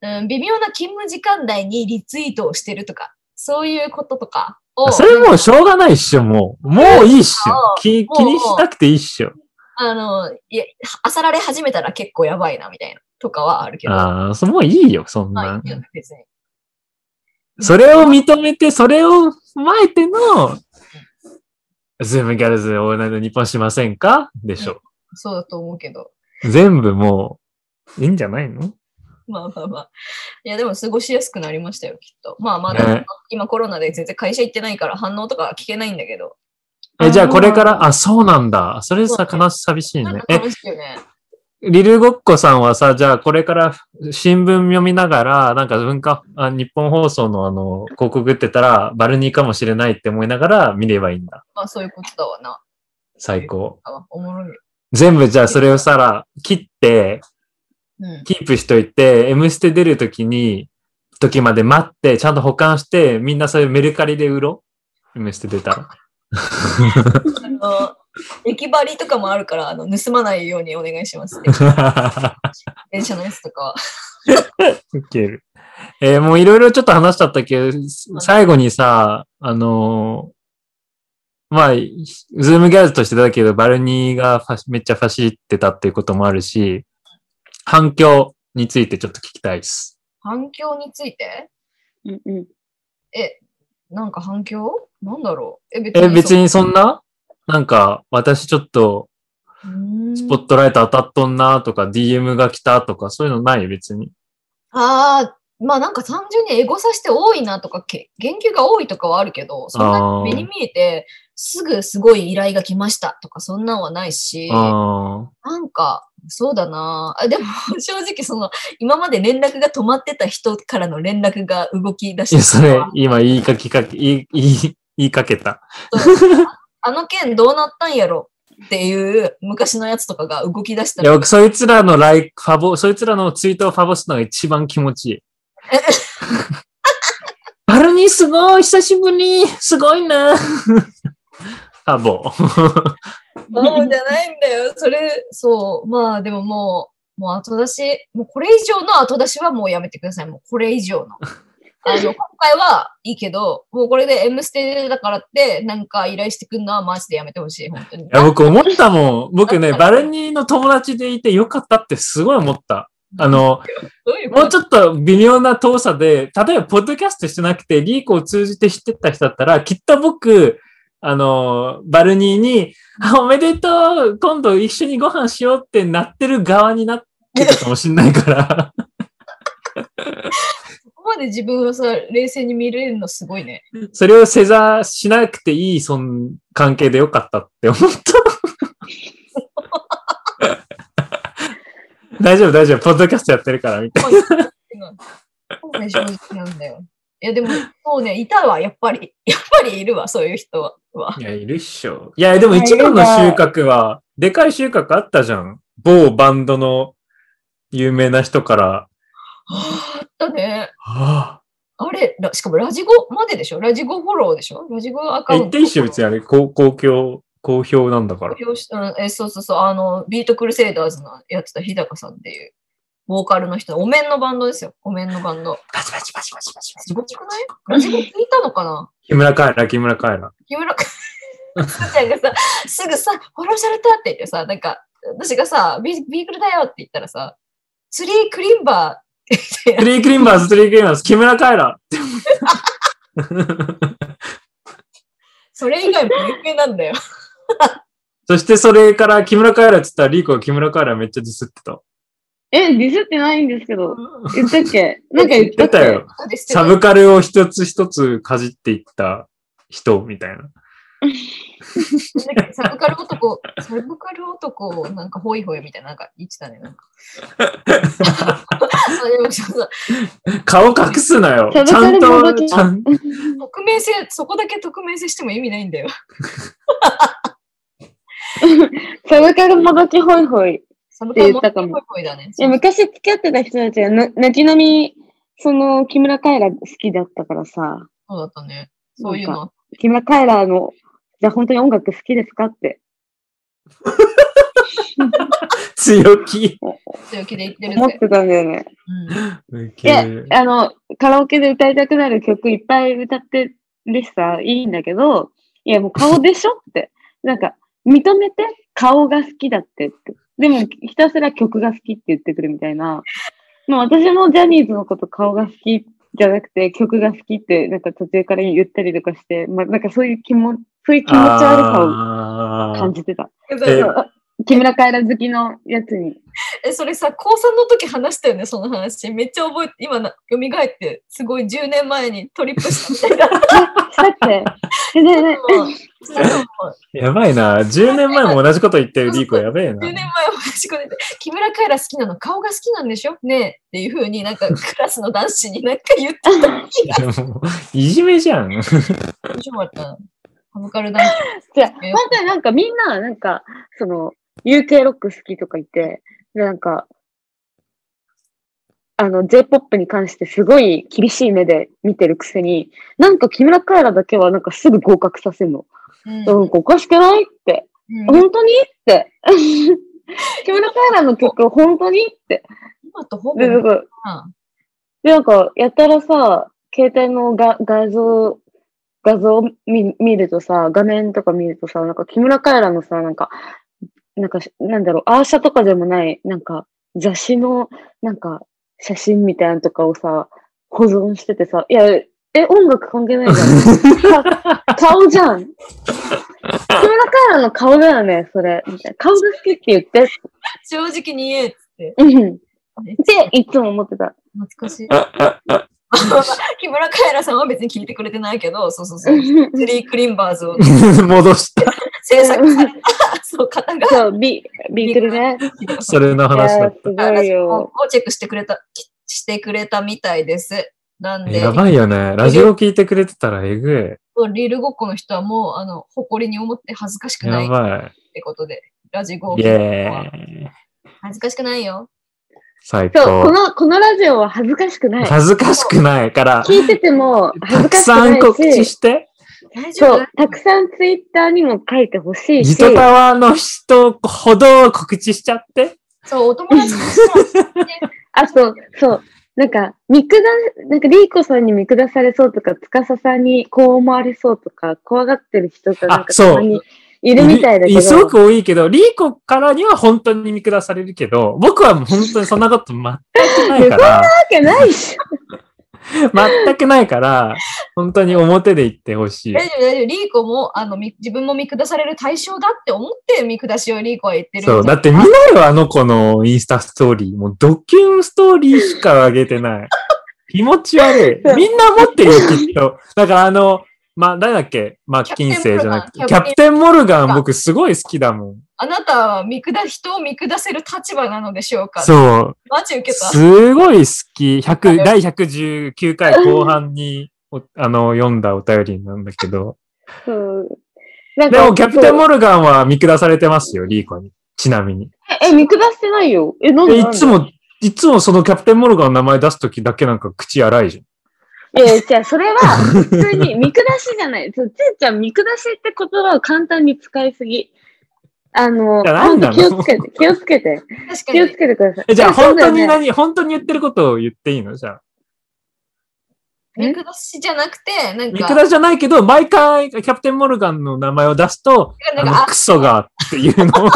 S1: うん、微妙な勤務時間内にリツイートをしてるとか、そういうこととかを、
S2: それもうしょうがないっしょ、もう。もういいっしょ。気
S1: も
S2: 気
S1: う
S2: にしなくていいっしょ。
S1: あの、いや、あさられ始めたら結構やばいな、みたいな、とかはあるけど。
S2: ああ、そもういいよ、そん
S1: まあい。
S2: ない
S1: よね、別に。
S2: それを認めて、それを踏まえての、ズームギャルズオールナイト日本しませんかでしょ。
S1: そうだと思うけど。
S2: 全部もう、いいんじゃないの
S1: まあまあまあ。いや、でも過ごしやすくなりましたよ、きっと。まあまあ、
S2: ね
S1: でも今コロナで全然会社行ってないから反応とか聞けないんだけど。
S2: え、じゃあこれから、あ、そうなんだ。それさ、
S1: そうね
S2: 悲し、寂しい
S1: なん
S2: ね
S1: か。
S2: え、
S1: 楽しいよね。
S2: リルごっこさんはさ、じゃあこれから新聞読みながら、なんか文化、あ日本放送のあの、広告打ってたら、バルニーかもしれないって思いながら見ればいいんだ。
S1: まあそういうことだわな。
S2: 最高。
S1: あおもろいよ。
S2: 全部じゃあそれをさ、切って、
S1: うん。
S2: キープしといて、M ステ出るときに、時まで待って、ちゃんと保管して、みんなそれメルカリで売ろう。M ステ出たら。
S1: あの、駅張りとかもあるから、あの、盗まないようにお願い します。電車のやつとかは。
S2: ウケる。えーもういろいろちょっと話しちゃったけど、最後にさ、あのーまあ、ズームギャルズとしてだけど、バルニーがファシめっちゃファシってたっていうこともあるし、反響についてちょっと聞きたいです。
S1: 反響について
S3: うんうん。
S1: え、なんか反響なんだろうえ、別
S2: え、別
S1: に
S2: にそんななんか、私ちょっと、
S1: そう。うーん
S2: スポットライト当たっとんなとか、DM が来たとか、そういうのない別に。
S1: ああ、まあなんか単純にエゴさして多いなとか、け言及が多いとかはあるけど、そん
S2: あ
S1: な
S2: ー
S1: 目に見えて、すぐすごい依頼が来ましたとか、そんなんはないし、
S2: あ
S1: なんか、そうだな あ。でも、正直その、今まで連絡が止まってた人からの連絡が動き出
S2: あ。いや、
S1: し
S2: それ
S1: て、、
S2: 今言いかけかけ、言い、言い、言いかけた。
S1: あの件どうなったんやろっていう昔のやつとかが動き出した
S2: いや、僕、そいつらのライク、ファボ、そいつらのツイートをファボすのが一番気持ち いい。バルニーすごい久しぶりすごいなファボ。
S1: そうじゃないん だよ。それ、そう。まあでももう、もう後出し、もうこれ以上の後出しはもうやめてください。もうこれ以 上の。あの、今回はいいけど、もうこれで M ステだからって、なんか依頼してくるのはマジでやめてほしい。本当に。
S2: いや、僕思ったもん。僕 ね、バルニーの友達でいてよかったってすごい思った。あの、
S1: どういうこ
S2: もう
S1: と
S2: ちょっと微妙な遠さで、例えば、ポッドキャストしてなくて、リークを通じて知ってた人だったら、きっと僕、あの、バルニーに、あおめでとう今度一緒にご飯しようってなってる側になってたかもしんないから。
S1: ここまで自分をさ、冷静に見れるのすご いね。
S2: それをせざしなくていい、そん関係でよかったって思った。大丈夫、大丈夫。ポッドキャストやってるから、みたい
S1: そうね、正直なんだよ。いや、でも、そうね、いたわ、やっぱり。やっぱりいるわ、そういう人は。は
S2: な。いや、いるっしょ。いや、でも一番の収穫は、でかい収穫あったじゃん。某バンドの有名な人から、
S1: ああったね。
S2: は
S1: あれ、らしかもラジゴまででしょラジゴフォローでしょラジゴア
S2: あ、
S1: カウ
S2: 言っ
S1: ント。
S2: ていいっしょ、別にあれ、公公共、公表なんだから。
S1: 表紙うんえそうそうそう、あの、ビートクルセイダーズのやってた日高さんっていう、ボーカルの人、お面のバンドですよ。お面のバンド。
S2: パチパチパチパチパチパ
S1: すごくないラジゴ聞いたのかな
S2: 木村カエラ、木村カエラ。
S1: 木村くん、すーちゃんがさ、すぐさ、フォローされたって言ってさ、なんか、私がさ、ビビークルだよって言ったらさ、ツリークリンバーって言
S2: ト
S1: って
S2: リークリンバーズ、トリークリンバーズ、木村カエラ
S1: それ以外も有名なんだ よ。
S2: そしてそれから木村カエラって言ったら、リーコが木村カエラめっちゃディスってた。
S3: え、ディスってないんですけど。言ったっけ なんか言ったっ
S2: 出
S3: け
S2: たよ。サブカルを一つ一つかじっていった人みたいな。
S1: なんかサブカル男、サブカル男をなんかホイホイみたいな、なんか言ってたね。なんかあでもそうそう
S2: 顔隠すなよ。ち
S3: サブカ
S2: ゃん
S3: ルの
S2: と、
S3: 動き
S2: ちゃん
S1: 匿名性、そこだけ匿名性しても意味ないんだよ。
S3: サブカルもどきホイホイ。
S1: サブカルも
S3: って言ったかも
S1: ホイホイだね。
S3: いや昔付き合ってた人たちはな、泣きのみ、その、木村カエラ好きだったからさ、
S1: そうだったね。そういうの。
S3: 木村カエラの、じゃあ本当に音楽好きですかって、
S2: 強気。
S1: 強気で言ってる
S3: 思っ
S1: ぜ。
S3: てたんだよね。
S1: うん
S3: いや、あの、カラオケで歌いたくなる曲いっぱい歌ってるしさ、いいんだけど、いや、もう顔でしょって。なんか、認めて、顔が好きだってって。でも、ひたすら曲が好きって言ってくるみたいな。もう私もジャニーズのこと顔が好きじゃなくて、曲が好きって、なんか途中から言ったりとかして、まあ、なんかそういう気も、そういう気持ち悪さを
S2: あー
S3: 感じてた。
S2: え
S3: そうあ木村カエラ好きのやつに。
S1: え、それさ、高3の時話したよね、その話。めっちゃ覚えて、今な、蘇って、すごい10年前にトリップした みたいな。
S3: したっけ え、ねえねえ
S1: それでも
S2: やばいな。10年前も同じこと言ってるリーコやべえな
S1: 10。年前お話し込んでて、木村カエラ好きなの、顔が好きなんでしょねえっていう風になんかクラスの男子になんか言ってた気が
S2: いやもういじめじゃん。
S1: 面白かったな。ハブカル男
S3: じゃあ、本当になんかみんな、なんか、その、UK ロック好きとか言って、でなんか、あの、J-POP に関してすごい厳しい目で見てるくせに、なんか木村カエラだけはなんかすぐ合格させるの。
S1: 子。
S3: なんかおかしくないって。
S1: うんうん
S3: 本当にって。 木村カエラの曲本当にって。
S1: 今とほぼ
S3: で、なんか、
S1: な。
S3: で、なんか、やたらさ、携帯のが画像、画像を見見るとさ、画面とか見るとさ、なんか木村カエラのさ、なんか、なんか、なんだろう、アーシャとかでもない、なんか、雑誌の、なんか、写真みたいなのとかをさ、保存しててさ、いや、え、音楽関係ないじゃん。か顔じゃん。木村カエラの顔だよね、それ。みたいな顔が好きって言って。
S1: 正直に言えっつって。
S3: うん。っ、
S1: めって
S3: いつも思ってた。
S1: 懐かしい。 木村カエラさんは別に聞いてくれてないけど、そうそうそう。ツリークリンバーズを
S2: 戻した。
S1: 制作された、そう、方が、
S3: そう、ビ、ビートルね。
S2: それの
S3: い
S2: 話だ
S3: やー
S2: っ
S3: すごいよ。
S1: をチェックしてくれた、きしてくれたみたいです。なん
S2: た。
S1: で、
S2: やばいよね。ラジオ聞いてくれてたらえぐ
S1: リルごっこの人はもう、あの、誇りに思って恥ずかし
S2: い。
S1: くない
S2: や
S1: っ
S2: ば
S1: てことで、ラジゴを
S2: い。イ
S1: 聞いた人
S2: エ
S1: は
S2: ーイ。
S1: 恥ずかしくないよ。
S2: 最
S3: そう、こ
S2: 高。
S3: の、このラジオは恥ずかしくない。
S2: 恥ずかしくないから、
S3: 聞いてても恥
S2: た
S3: ず
S2: く
S3: かしく
S2: さん告
S3: ない
S2: 知
S3: し、
S2: して、
S1: 大丈
S3: そ
S1: 夫
S3: う、たくさんツイッターにも書いてほしい
S2: ジ
S3: し、
S2: トタワーの人ほど告知しちゃって。
S1: そう、お友達に
S3: あと、そう、なんか、見下、なんか、リーコさんに見下されそうとか、つかささんにこう思われそうとか、怖がってる人がなん
S2: あ
S3: か
S2: そう
S3: たまにいるみたいだけ
S2: すご
S3: ど、
S2: く多いけど、リーコからには本当に見下されるけど、僕はもう本当にそんなこと全くないから。
S3: わけないし。
S2: 全くないから、本当に表で言ってほしい。
S1: 大丈夫、大丈夫。リーコも、あの、み自分も見下される対象だって思って見下しをリーコは言ってるんじゃ
S2: そう。だって見なよ、あの子のインスタストーリー。もうドキュンストーリーしか上げてない。気持ち悪い。みんな思ってるよ、きっと。だからあの、まあ、誰だっけまあ、
S1: キャ
S2: 金
S1: プテン
S2: 星じゃなくて。
S1: モルガン
S2: キャプテンモルガン、僕すごい好きだもん。
S1: あなたは見下、人を見下せる立場なのでしょうか
S2: そう。
S1: マジ受けた。
S2: すごい好き。
S1: あ
S2: 100
S1: れ
S2: 第119回後半に、おあの、読んだお便りなんだけ ど。
S3: そう。なん
S2: で
S3: か
S2: も、キャプテン
S3: そう
S2: モルガンは見下されてますよ、リーコに。ちなみに。
S3: え、え見下してないよ。え、なん
S2: え
S3: で
S2: いつ。も、いつもそのキャプテンモルガンの名前出すときだけなんか口荒いじゃん。
S3: え、じゃあそれは、普通に見下しじゃない。そうちーちゃん、見下しって言葉を簡単に使いすぎ。あの、
S2: いやなんなの
S3: ほんと気をつけて、気をつけて、
S1: 確か
S3: 気をつ
S1: に。
S3: けてください。
S2: え、じゃあ
S3: えそう
S2: 本
S3: だ
S2: 当
S3: よね
S2: に何、本当に言ってることを言っていいのじゃあ。
S1: 見下しじゃなくて、なん
S2: 見
S1: か、
S2: 下しじゃないけど、毎回キャプテンモルガンの名前を出すと、
S1: な
S2: あ
S1: んか
S2: の、
S1: あ
S2: クソがっていう のを、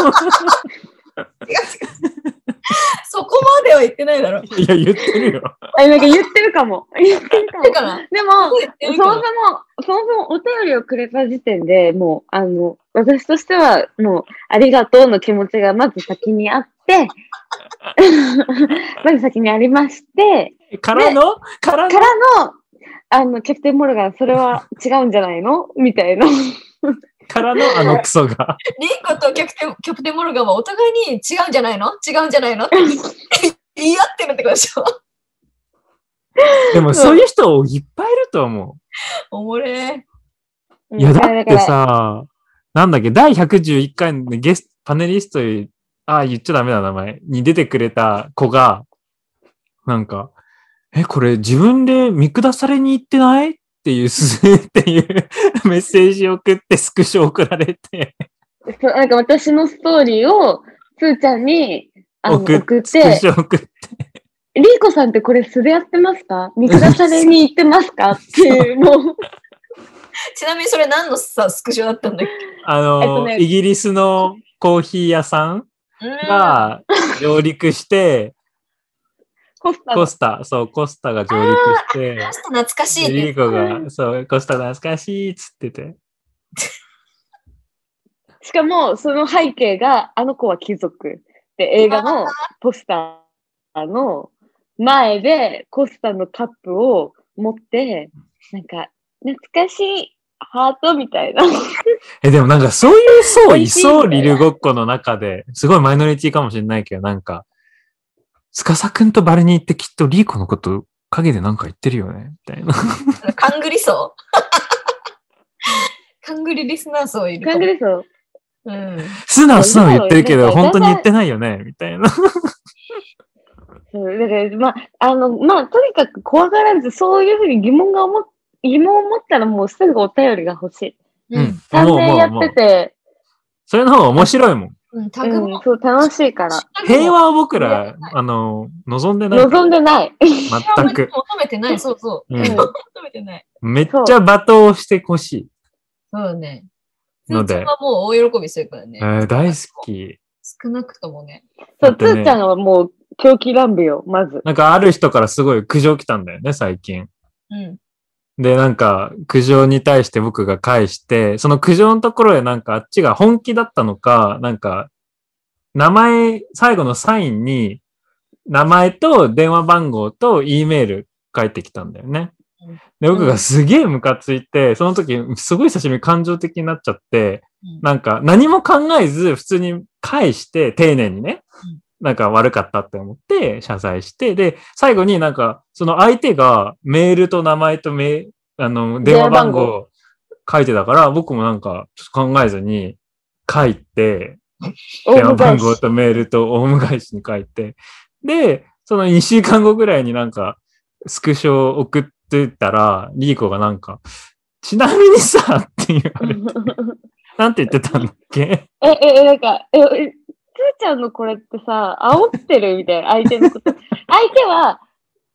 S1: そこまでは言ってないだろ。
S2: いや、言ってるよ。
S3: え、なんか言ってるか も。言ってるかも
S1: だ。から、
S3: でも、
S1: 言って
S3: そも
S1: る
S3: そ
S1: か
S3: も
S1: ら、
S3: そもそもお便りをくれた時点でもう、あの、私としては、もう、ありがとうの気持ちがまず先にあ って、まず先にありまして、
S2: からのから
S3: か
S2: の
S3: らの、あの、キャプテンモルガン、それは違うんじゃない のみたいな。
S2: からのあのクソが。
S1: リーコとキャプテン、キャプテンモルガンはお互いに違うんじゃないの違うんじゃないのって言い合ってるってことでしょ
S2: でもそういう人いっぱいいると思
S1: おもれー。
S2: う。いや、だ
S3: うん
S2: っ
S3: か
S2: て
S3: ら
S2: さ、なんだっけ、第111回のゲスト、パネリストに、ああ、言っちゃダメだ、名前。に出てくれた子が、なんか、え、これ自分で見下されに行ってないっていう、すっていう メッセージを送って、スクショ送られて、
S3: そうなんか私のストーリーを、つーちゃんに、あの送
S2: 送
S3: っ
S2: っスク
S3: て
S2: シ、ョ送って、
S3: リーコさんってこれ素でやってますか見下されに行ってます かっていう、もう。
S1: ちなみにそれ何のさ、スクショだったんだっけ
S2: あ
S3: えっと
S2: の、
S3: ね
S2: イギリスのコーヒー屋さん
S1: うーん
S2: が上陸して、
S3: コスタ
S2: コスタ、そう、コスタが上陸して、
S1: ちょっと懐かしい
S2: でリ
S1: ね。
S2: ーコが、そう、コスタ懐かしいっつってて。
S3: しかも、その背景が、あの子は貴族。で、映画のポスターの前で、コスタのカップを持って、なんか、懐かしいハートみたいな。
S2: え、でもなんかそういう層
S3: 美
S2: い
S3: 味しい
S2: そう、リルごっこの中で、すごいマイノリティかもしれないけど、なんか、つかさくんとバルニーってきっとリーコのこと陰でなんか言ってるよね、みたいな。
S1: カングリ層 カングリリスナー層いるか
S3: 感
S1: も
S3: じ。ですよ。
S1: うん。
S2: 素直素直言ってるけ
S3: な
S2: ど、
S3: んか
S2: 本当に言ってないよね、みたいな。
S3: そうだから、まあ、あの、まあ、とにかく怖がらず、そういうふうに疑問が思っ、疑問を持ったらもうすぐお便りが欲しい。
S2: う
S1: う
S2: んん。
S3: 3
S2: もう
S3: 年
S2: も
S3: や
S2: う
S3: っ
S2: も
S3: て
S2: う。
S3: て、
S2: それの方が面白いもん。
S1: うん。タグ
S3: うん
S1: も。、
S3: そう、楽しいから。
S2: 平和を僕ら、あの、望んでない。
S3: 望んでない。
S2: 全く。
S1: 求めてない。そうそう。
S2: う
S3: うん
S2: ん
S1: 求めてない。
S2: めっちゃ罵倒してほし
S1: そうね。
S2: いので
S1: 通知、はもう大喜びするからね
S2: え。ー大好き。
S1: 少なくともね。
S3: そ
S2: だ
S3: う、
S2: っ
S3: つ
S2: てね
S3: ーちゃんはもう、狂気乱舞よ、まず。
S2: なんかある人からすごい苦情来たんだよね、最近。
S1: うん。
S2: で、なんか苦情に対して僕が返して、その苦情のところでなんかあっちが本気だったのか、なんか、名前、最後のサインに、名前と電話番号と E メール書いてきたんだよね
S1: うん。
S2: で、僕がすげえムカついて、その時、すごい久しぶりに感情的になっちゃって、
S1: うん
S2: なんか何も考えず普通に返して丁寧にね
S1: うん、
S2: なんか悪かったって思って謝罪して、で、最後になんかその相手がメールと名前とメあの、電
S3: 電
S2: 話番
S3: 話番
S2: 号書いてたから、僕もなんかちょっと考えずに書いて、電話番号とメールとオウム返しに書いて、で、その2週間後ぐらいになんかスクショを送ってたら、リーコがなんか、ちなみにさ、っていう、あれなんて言ってたんだっけ
S3: え、え、え、なんか、え、え、つーちゃんのこれってさ、煽ってるみたい な、相手のこと。相手は、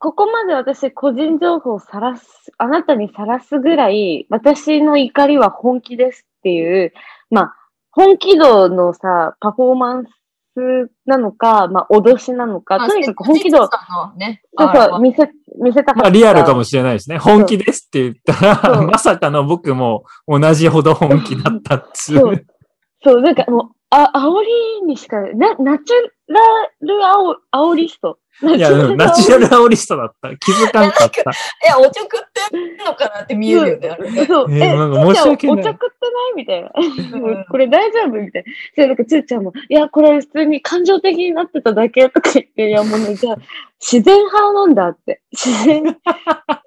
S3: ここまで私個人情報をさらす、あなたにさらすぐらい、私の怒りは本気ですっていう、まあ、本気度のさ、パフォーマンスなのか、まあ、脅しなのか、
S1: まあ
S3: とにかく本気度を
S1: ステッチさんのね。
S3: そう
S1: あれ
S3: そう、
S1: は
S3: 見せ、見せたかった。
S2: まあ、リアルかもしれないですね。本気ですって言った
S3: そ
S2: ら、
S3: う
S2: まさかの僕も同じほど本気だったっつ
S3: そう う。そう、なんかもう、あ、煽りにしか、な、ナチュラルあお煽りスト。ナ
S2: いや、でもナチュラルアオリストだった。気づかんかっ
S1: い
S2: た。
S1: いや、おちょくってんのかなって見えるよね、あれね。
S3: そう、
S2: え
S3: え、
S2: ーなんか
S3: つーちゃん
S2: 申し訳ない
S3: お茶食ってないみたいな。
S1: うん
S3: これ大丈夫みたいな。それなんか、つーちゃんも、いや、これ普通に感情的になってただけとか言って、いや、もうね、じゃあ、 自然派なんだって。自 然、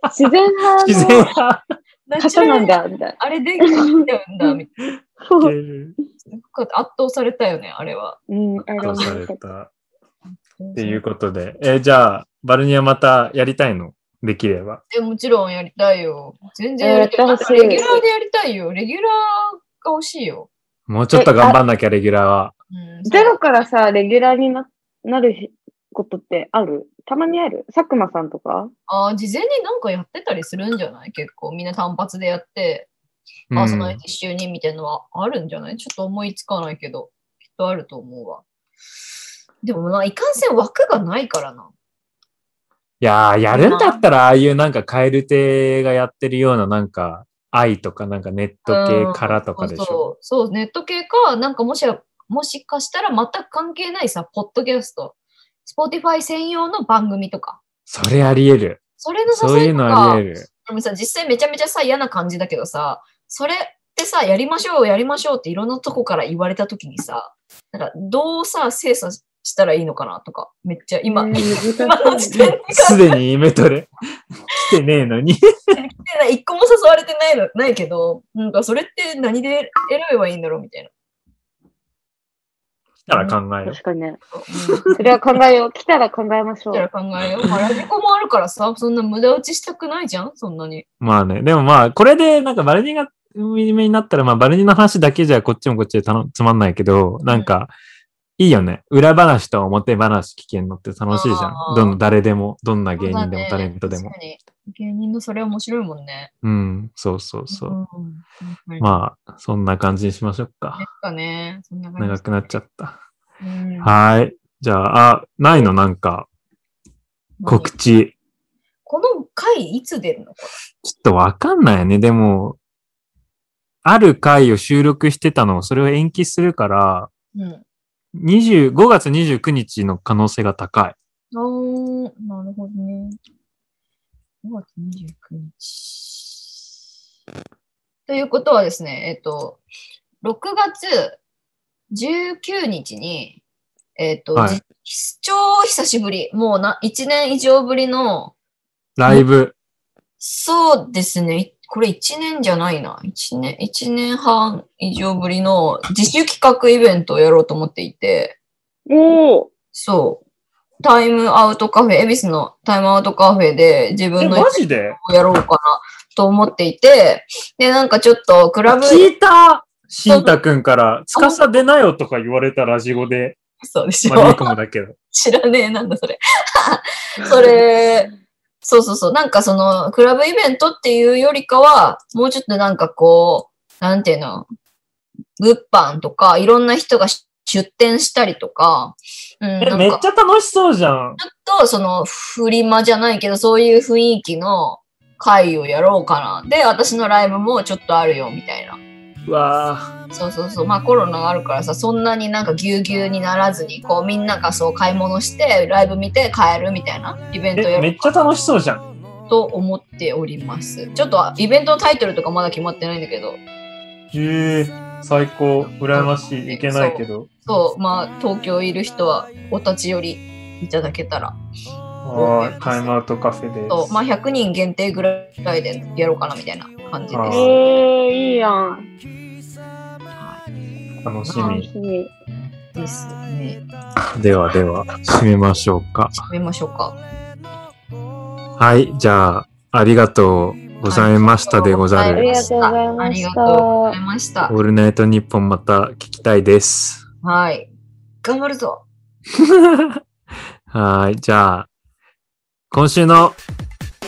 S3: 自然派
S2: 自
S3: の
S2: 然派
S1: ナチュ
S3: 方
S1: ラ
S3: な
S1: ル
S3: んだ、みたいな。
S1: あれできてるんだ、みたい
S3: そう。
S1: な。圧倒されたよね、あれは。
S3: うん、あれ
S2: 出さ
S3: 面
S2: れ。
S3: 白かった
S2: っていうことで。えーじゃあ、バルニアまたやりたいのできれば。
S1: え、もちろんやりたいよ。全然やりたい。
S3: え
S1: だ
S3: ー
S1: ってレギュラーでやりたいよ。レギュラーが欲しいよ。
S2: もうちょっと頑張んなきゃ、レギュラーは。
S1: うん、
S3: ゼロからさ、レギュラーにななる日ことってあるたまにある佐久間さんとか
S1: あー事前になんかやってたりするんじゃない結構みんな単発でやって、
S2: うん
S1: パーソナリティ就任みたいなのはあるんじゃないちょっと思いつかないけど、きっとあると思うわ。でもな、いかんせん枠がないからな。
S2: いやー、やるんだったら、ああいうなんか、蛙亭がやってるような、なんか、愛とか、なんかネット系からとかでし
S1: そう
S2: ょ。
S1: そうそう、ネット系か、なんかもしやもしかしたら全く関係ないさ、ポッドキャスト、Spotify 専用の番組とか。
S2: それあり得る。
S1: それの支えとか
S2: そういうのあり得る。
S1: でもさ、実際めちゃめちゃさ、嫌な感じだけどさ、それってさ、やりましょう、やりましょうっていろんなとこから言われたときにさ、なんかどうさ、精査したらいいのかなとか、めっちゃ今、
S3: ね難
S1: 今の
S3: し
S1: 時
S3: い
S1: 点で考
S2: すでにイメトレ来てねえのに。
S1: えない、一個も誘われてないのないけど、なんかそれって何で選べばいいんだろうみた いな。
S2: 来たら考えよう。
S3: 確かにね。
S1: うん
S3: それは考えよう。来たら考えましょ
S1: だから
S3: う。
S1: 考えよう。まあ、ラジコもあるからさ、そんな無駄打ちしたくないじゃんそんなに。
S2: まあね。でもまあ、これでなんかバルニーが有名になったら、まあバルニーの話だけじゃこっちもこっちで楽つまんないけど、なんか、いいよね。裏話と表話聞けんのって楽しいじゃん
S1: あ。ー
S2: どの、誰でも、どんな芸人で
S1: そうだ
S2: も
S1: ね
S2: タレントでも。
S1: 確かに芸人のそれ面白いもんね。
S2: うん、そうそうそう。
S1: うん。ま
S2: まあ、そんな感じにしましょう
S1: あ。で
S2: か。
S1: すかね。そんな感
S2: 長
S1: じ。
S2: くなっちゃった。
S1: うん
S2: はい。じゃあ、あ、ないのなんか、告知。
S1: この回いつ出るの
S2: ちょっとわかんないよね。でも、ある回を収録してたのを、それを延期するから、
S1: うん。
S2: 20 5月29日の可能性が高い。
S1: あー、なるほどね。5月29日。ということはですね、えっと、6月19日に、えっと、
S2: はい
S1: じ超久しぶり、もうな、1年以上ぶりの、
S2: ライブ。
S1: そうですね、いこれ1年じゃないな、1年、一年半以上ぶりの自主企画イベントをやろうと思っていて、
S3: おお。
S1: そう。タイムアウトカフェ、恵比寿のタイムアウトカフェで自分のや
S2: ジで
S1: つをやろうかなと思っていて、で、なんかちょっとクラブ、
S2: 聞いたしんたくんから、つかさ出なよとか言われたラジオで、
S1: そうでし
S2: まあ、リ
S1: ょ
S2: ー。コもだけど。
S1: 知らねえ、なんだそれ。 それ、そうそうそう、なんかその、クラブイベントっていうよりかは、もうちょっとなんかこう、なんていうの、物販とか、いろんな人が出店したりとか、うん、なん
S2: え、
S1: か
S2: めっちゃ楽しそうじゃん。
S1: ちょっとそのフリマじゃないけどそういう雰囲気の会をやろうかなで私のライブもちょっとあるよみたいな
S2: うわ
S1: そうそうそうまあコロナがあるからさそんなになんかぎゅうぎゅうにならずにこうみんながそう買い物してライブ見て帰るみたいなイベン
S2: ー
S1: トをや
S2: え、め
S1: ろ
S2: っちゃ楽しそうじゃん。
S1: うと思っておりますちょっとイベントのタイトルとかまだ決まってないんだけど
S2: へえ最高。羨ましい。いけないけど。
S1: そうまあ東京いる人はお立ち寄りいただけたら
S2: はーい。タイムアウトカフェです。
S1: そうまあ100人限定ぐらいでやろうかなみたいな感じ
S2: あ
S1: で
S2: ー
S1: す。
S3: えー、いいやん。
S2: 楽し
S3: 楽
S2: み。
S3: しみ。
S1: ですね。
S2: ではでは、締めましょうか。
S1: 決めましょうか。
S2: はい。じゃあ、ありがとうございましたでござ
S3: あ
S1: あり
S3: り
S2: る
S1: が
S3: が。
S1: と
S3: とう
S1: うご
S3: ご
S1: ざ
S3: ざ
S1: い
S3: い
S1: あ
S3: ま
S1: り
S3: し
S1: がとう
S3: た
S1: ござい。ました
S2: オ。ールナイトニッポンまた聞きたいです。
S1: はい。頑張るぞ。
S2: はい。じゃあ、今週の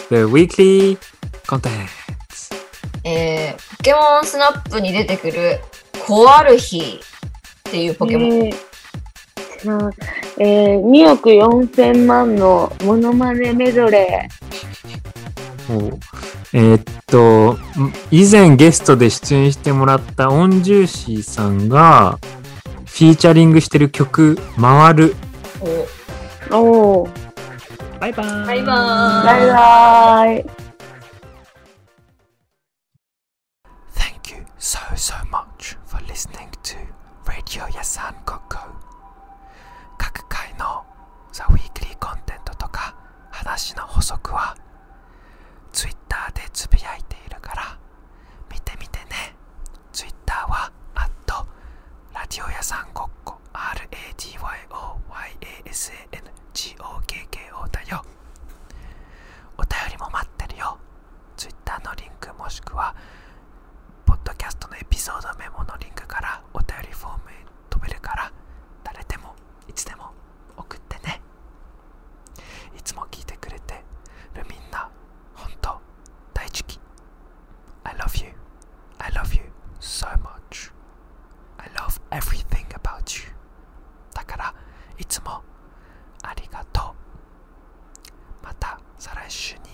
S2: The Weekly Content。
S1: えー、ポケモンスナップに出てくるコアルヒっていうポケモン。
S3: えー違うえー2億4千万のモノマネメドレ
S5: そうえーっと、ん以前ゲストで出演してもらったオンジューシーさんが、フィーチャリングしてる曲、回る。
S1: お
S3: おお。
S5: バイバーイ。
S1: バイバ
S3: バイバーイ。
S2: Thank you so, so much for listening to Radio Yasan Koko. 各回のザ・ウィークリーコンテンツとか話の補足は Twitter でつぶやいているから見てみてね。Twitter は、アット、ラディオ屋さんごっこ、RADYOYASANGOKKO だよ。お便りも待ってるよ。Twitter のリンクもしくは、ポッドキャストのエピソードメモのリンクからお便りフォームへ飛べるから誰でもいつでも送ってねいつも聞いてくれてるみんな本当大好き I love you I love you so much I love everything about you だからいつもありがとうまた再来週に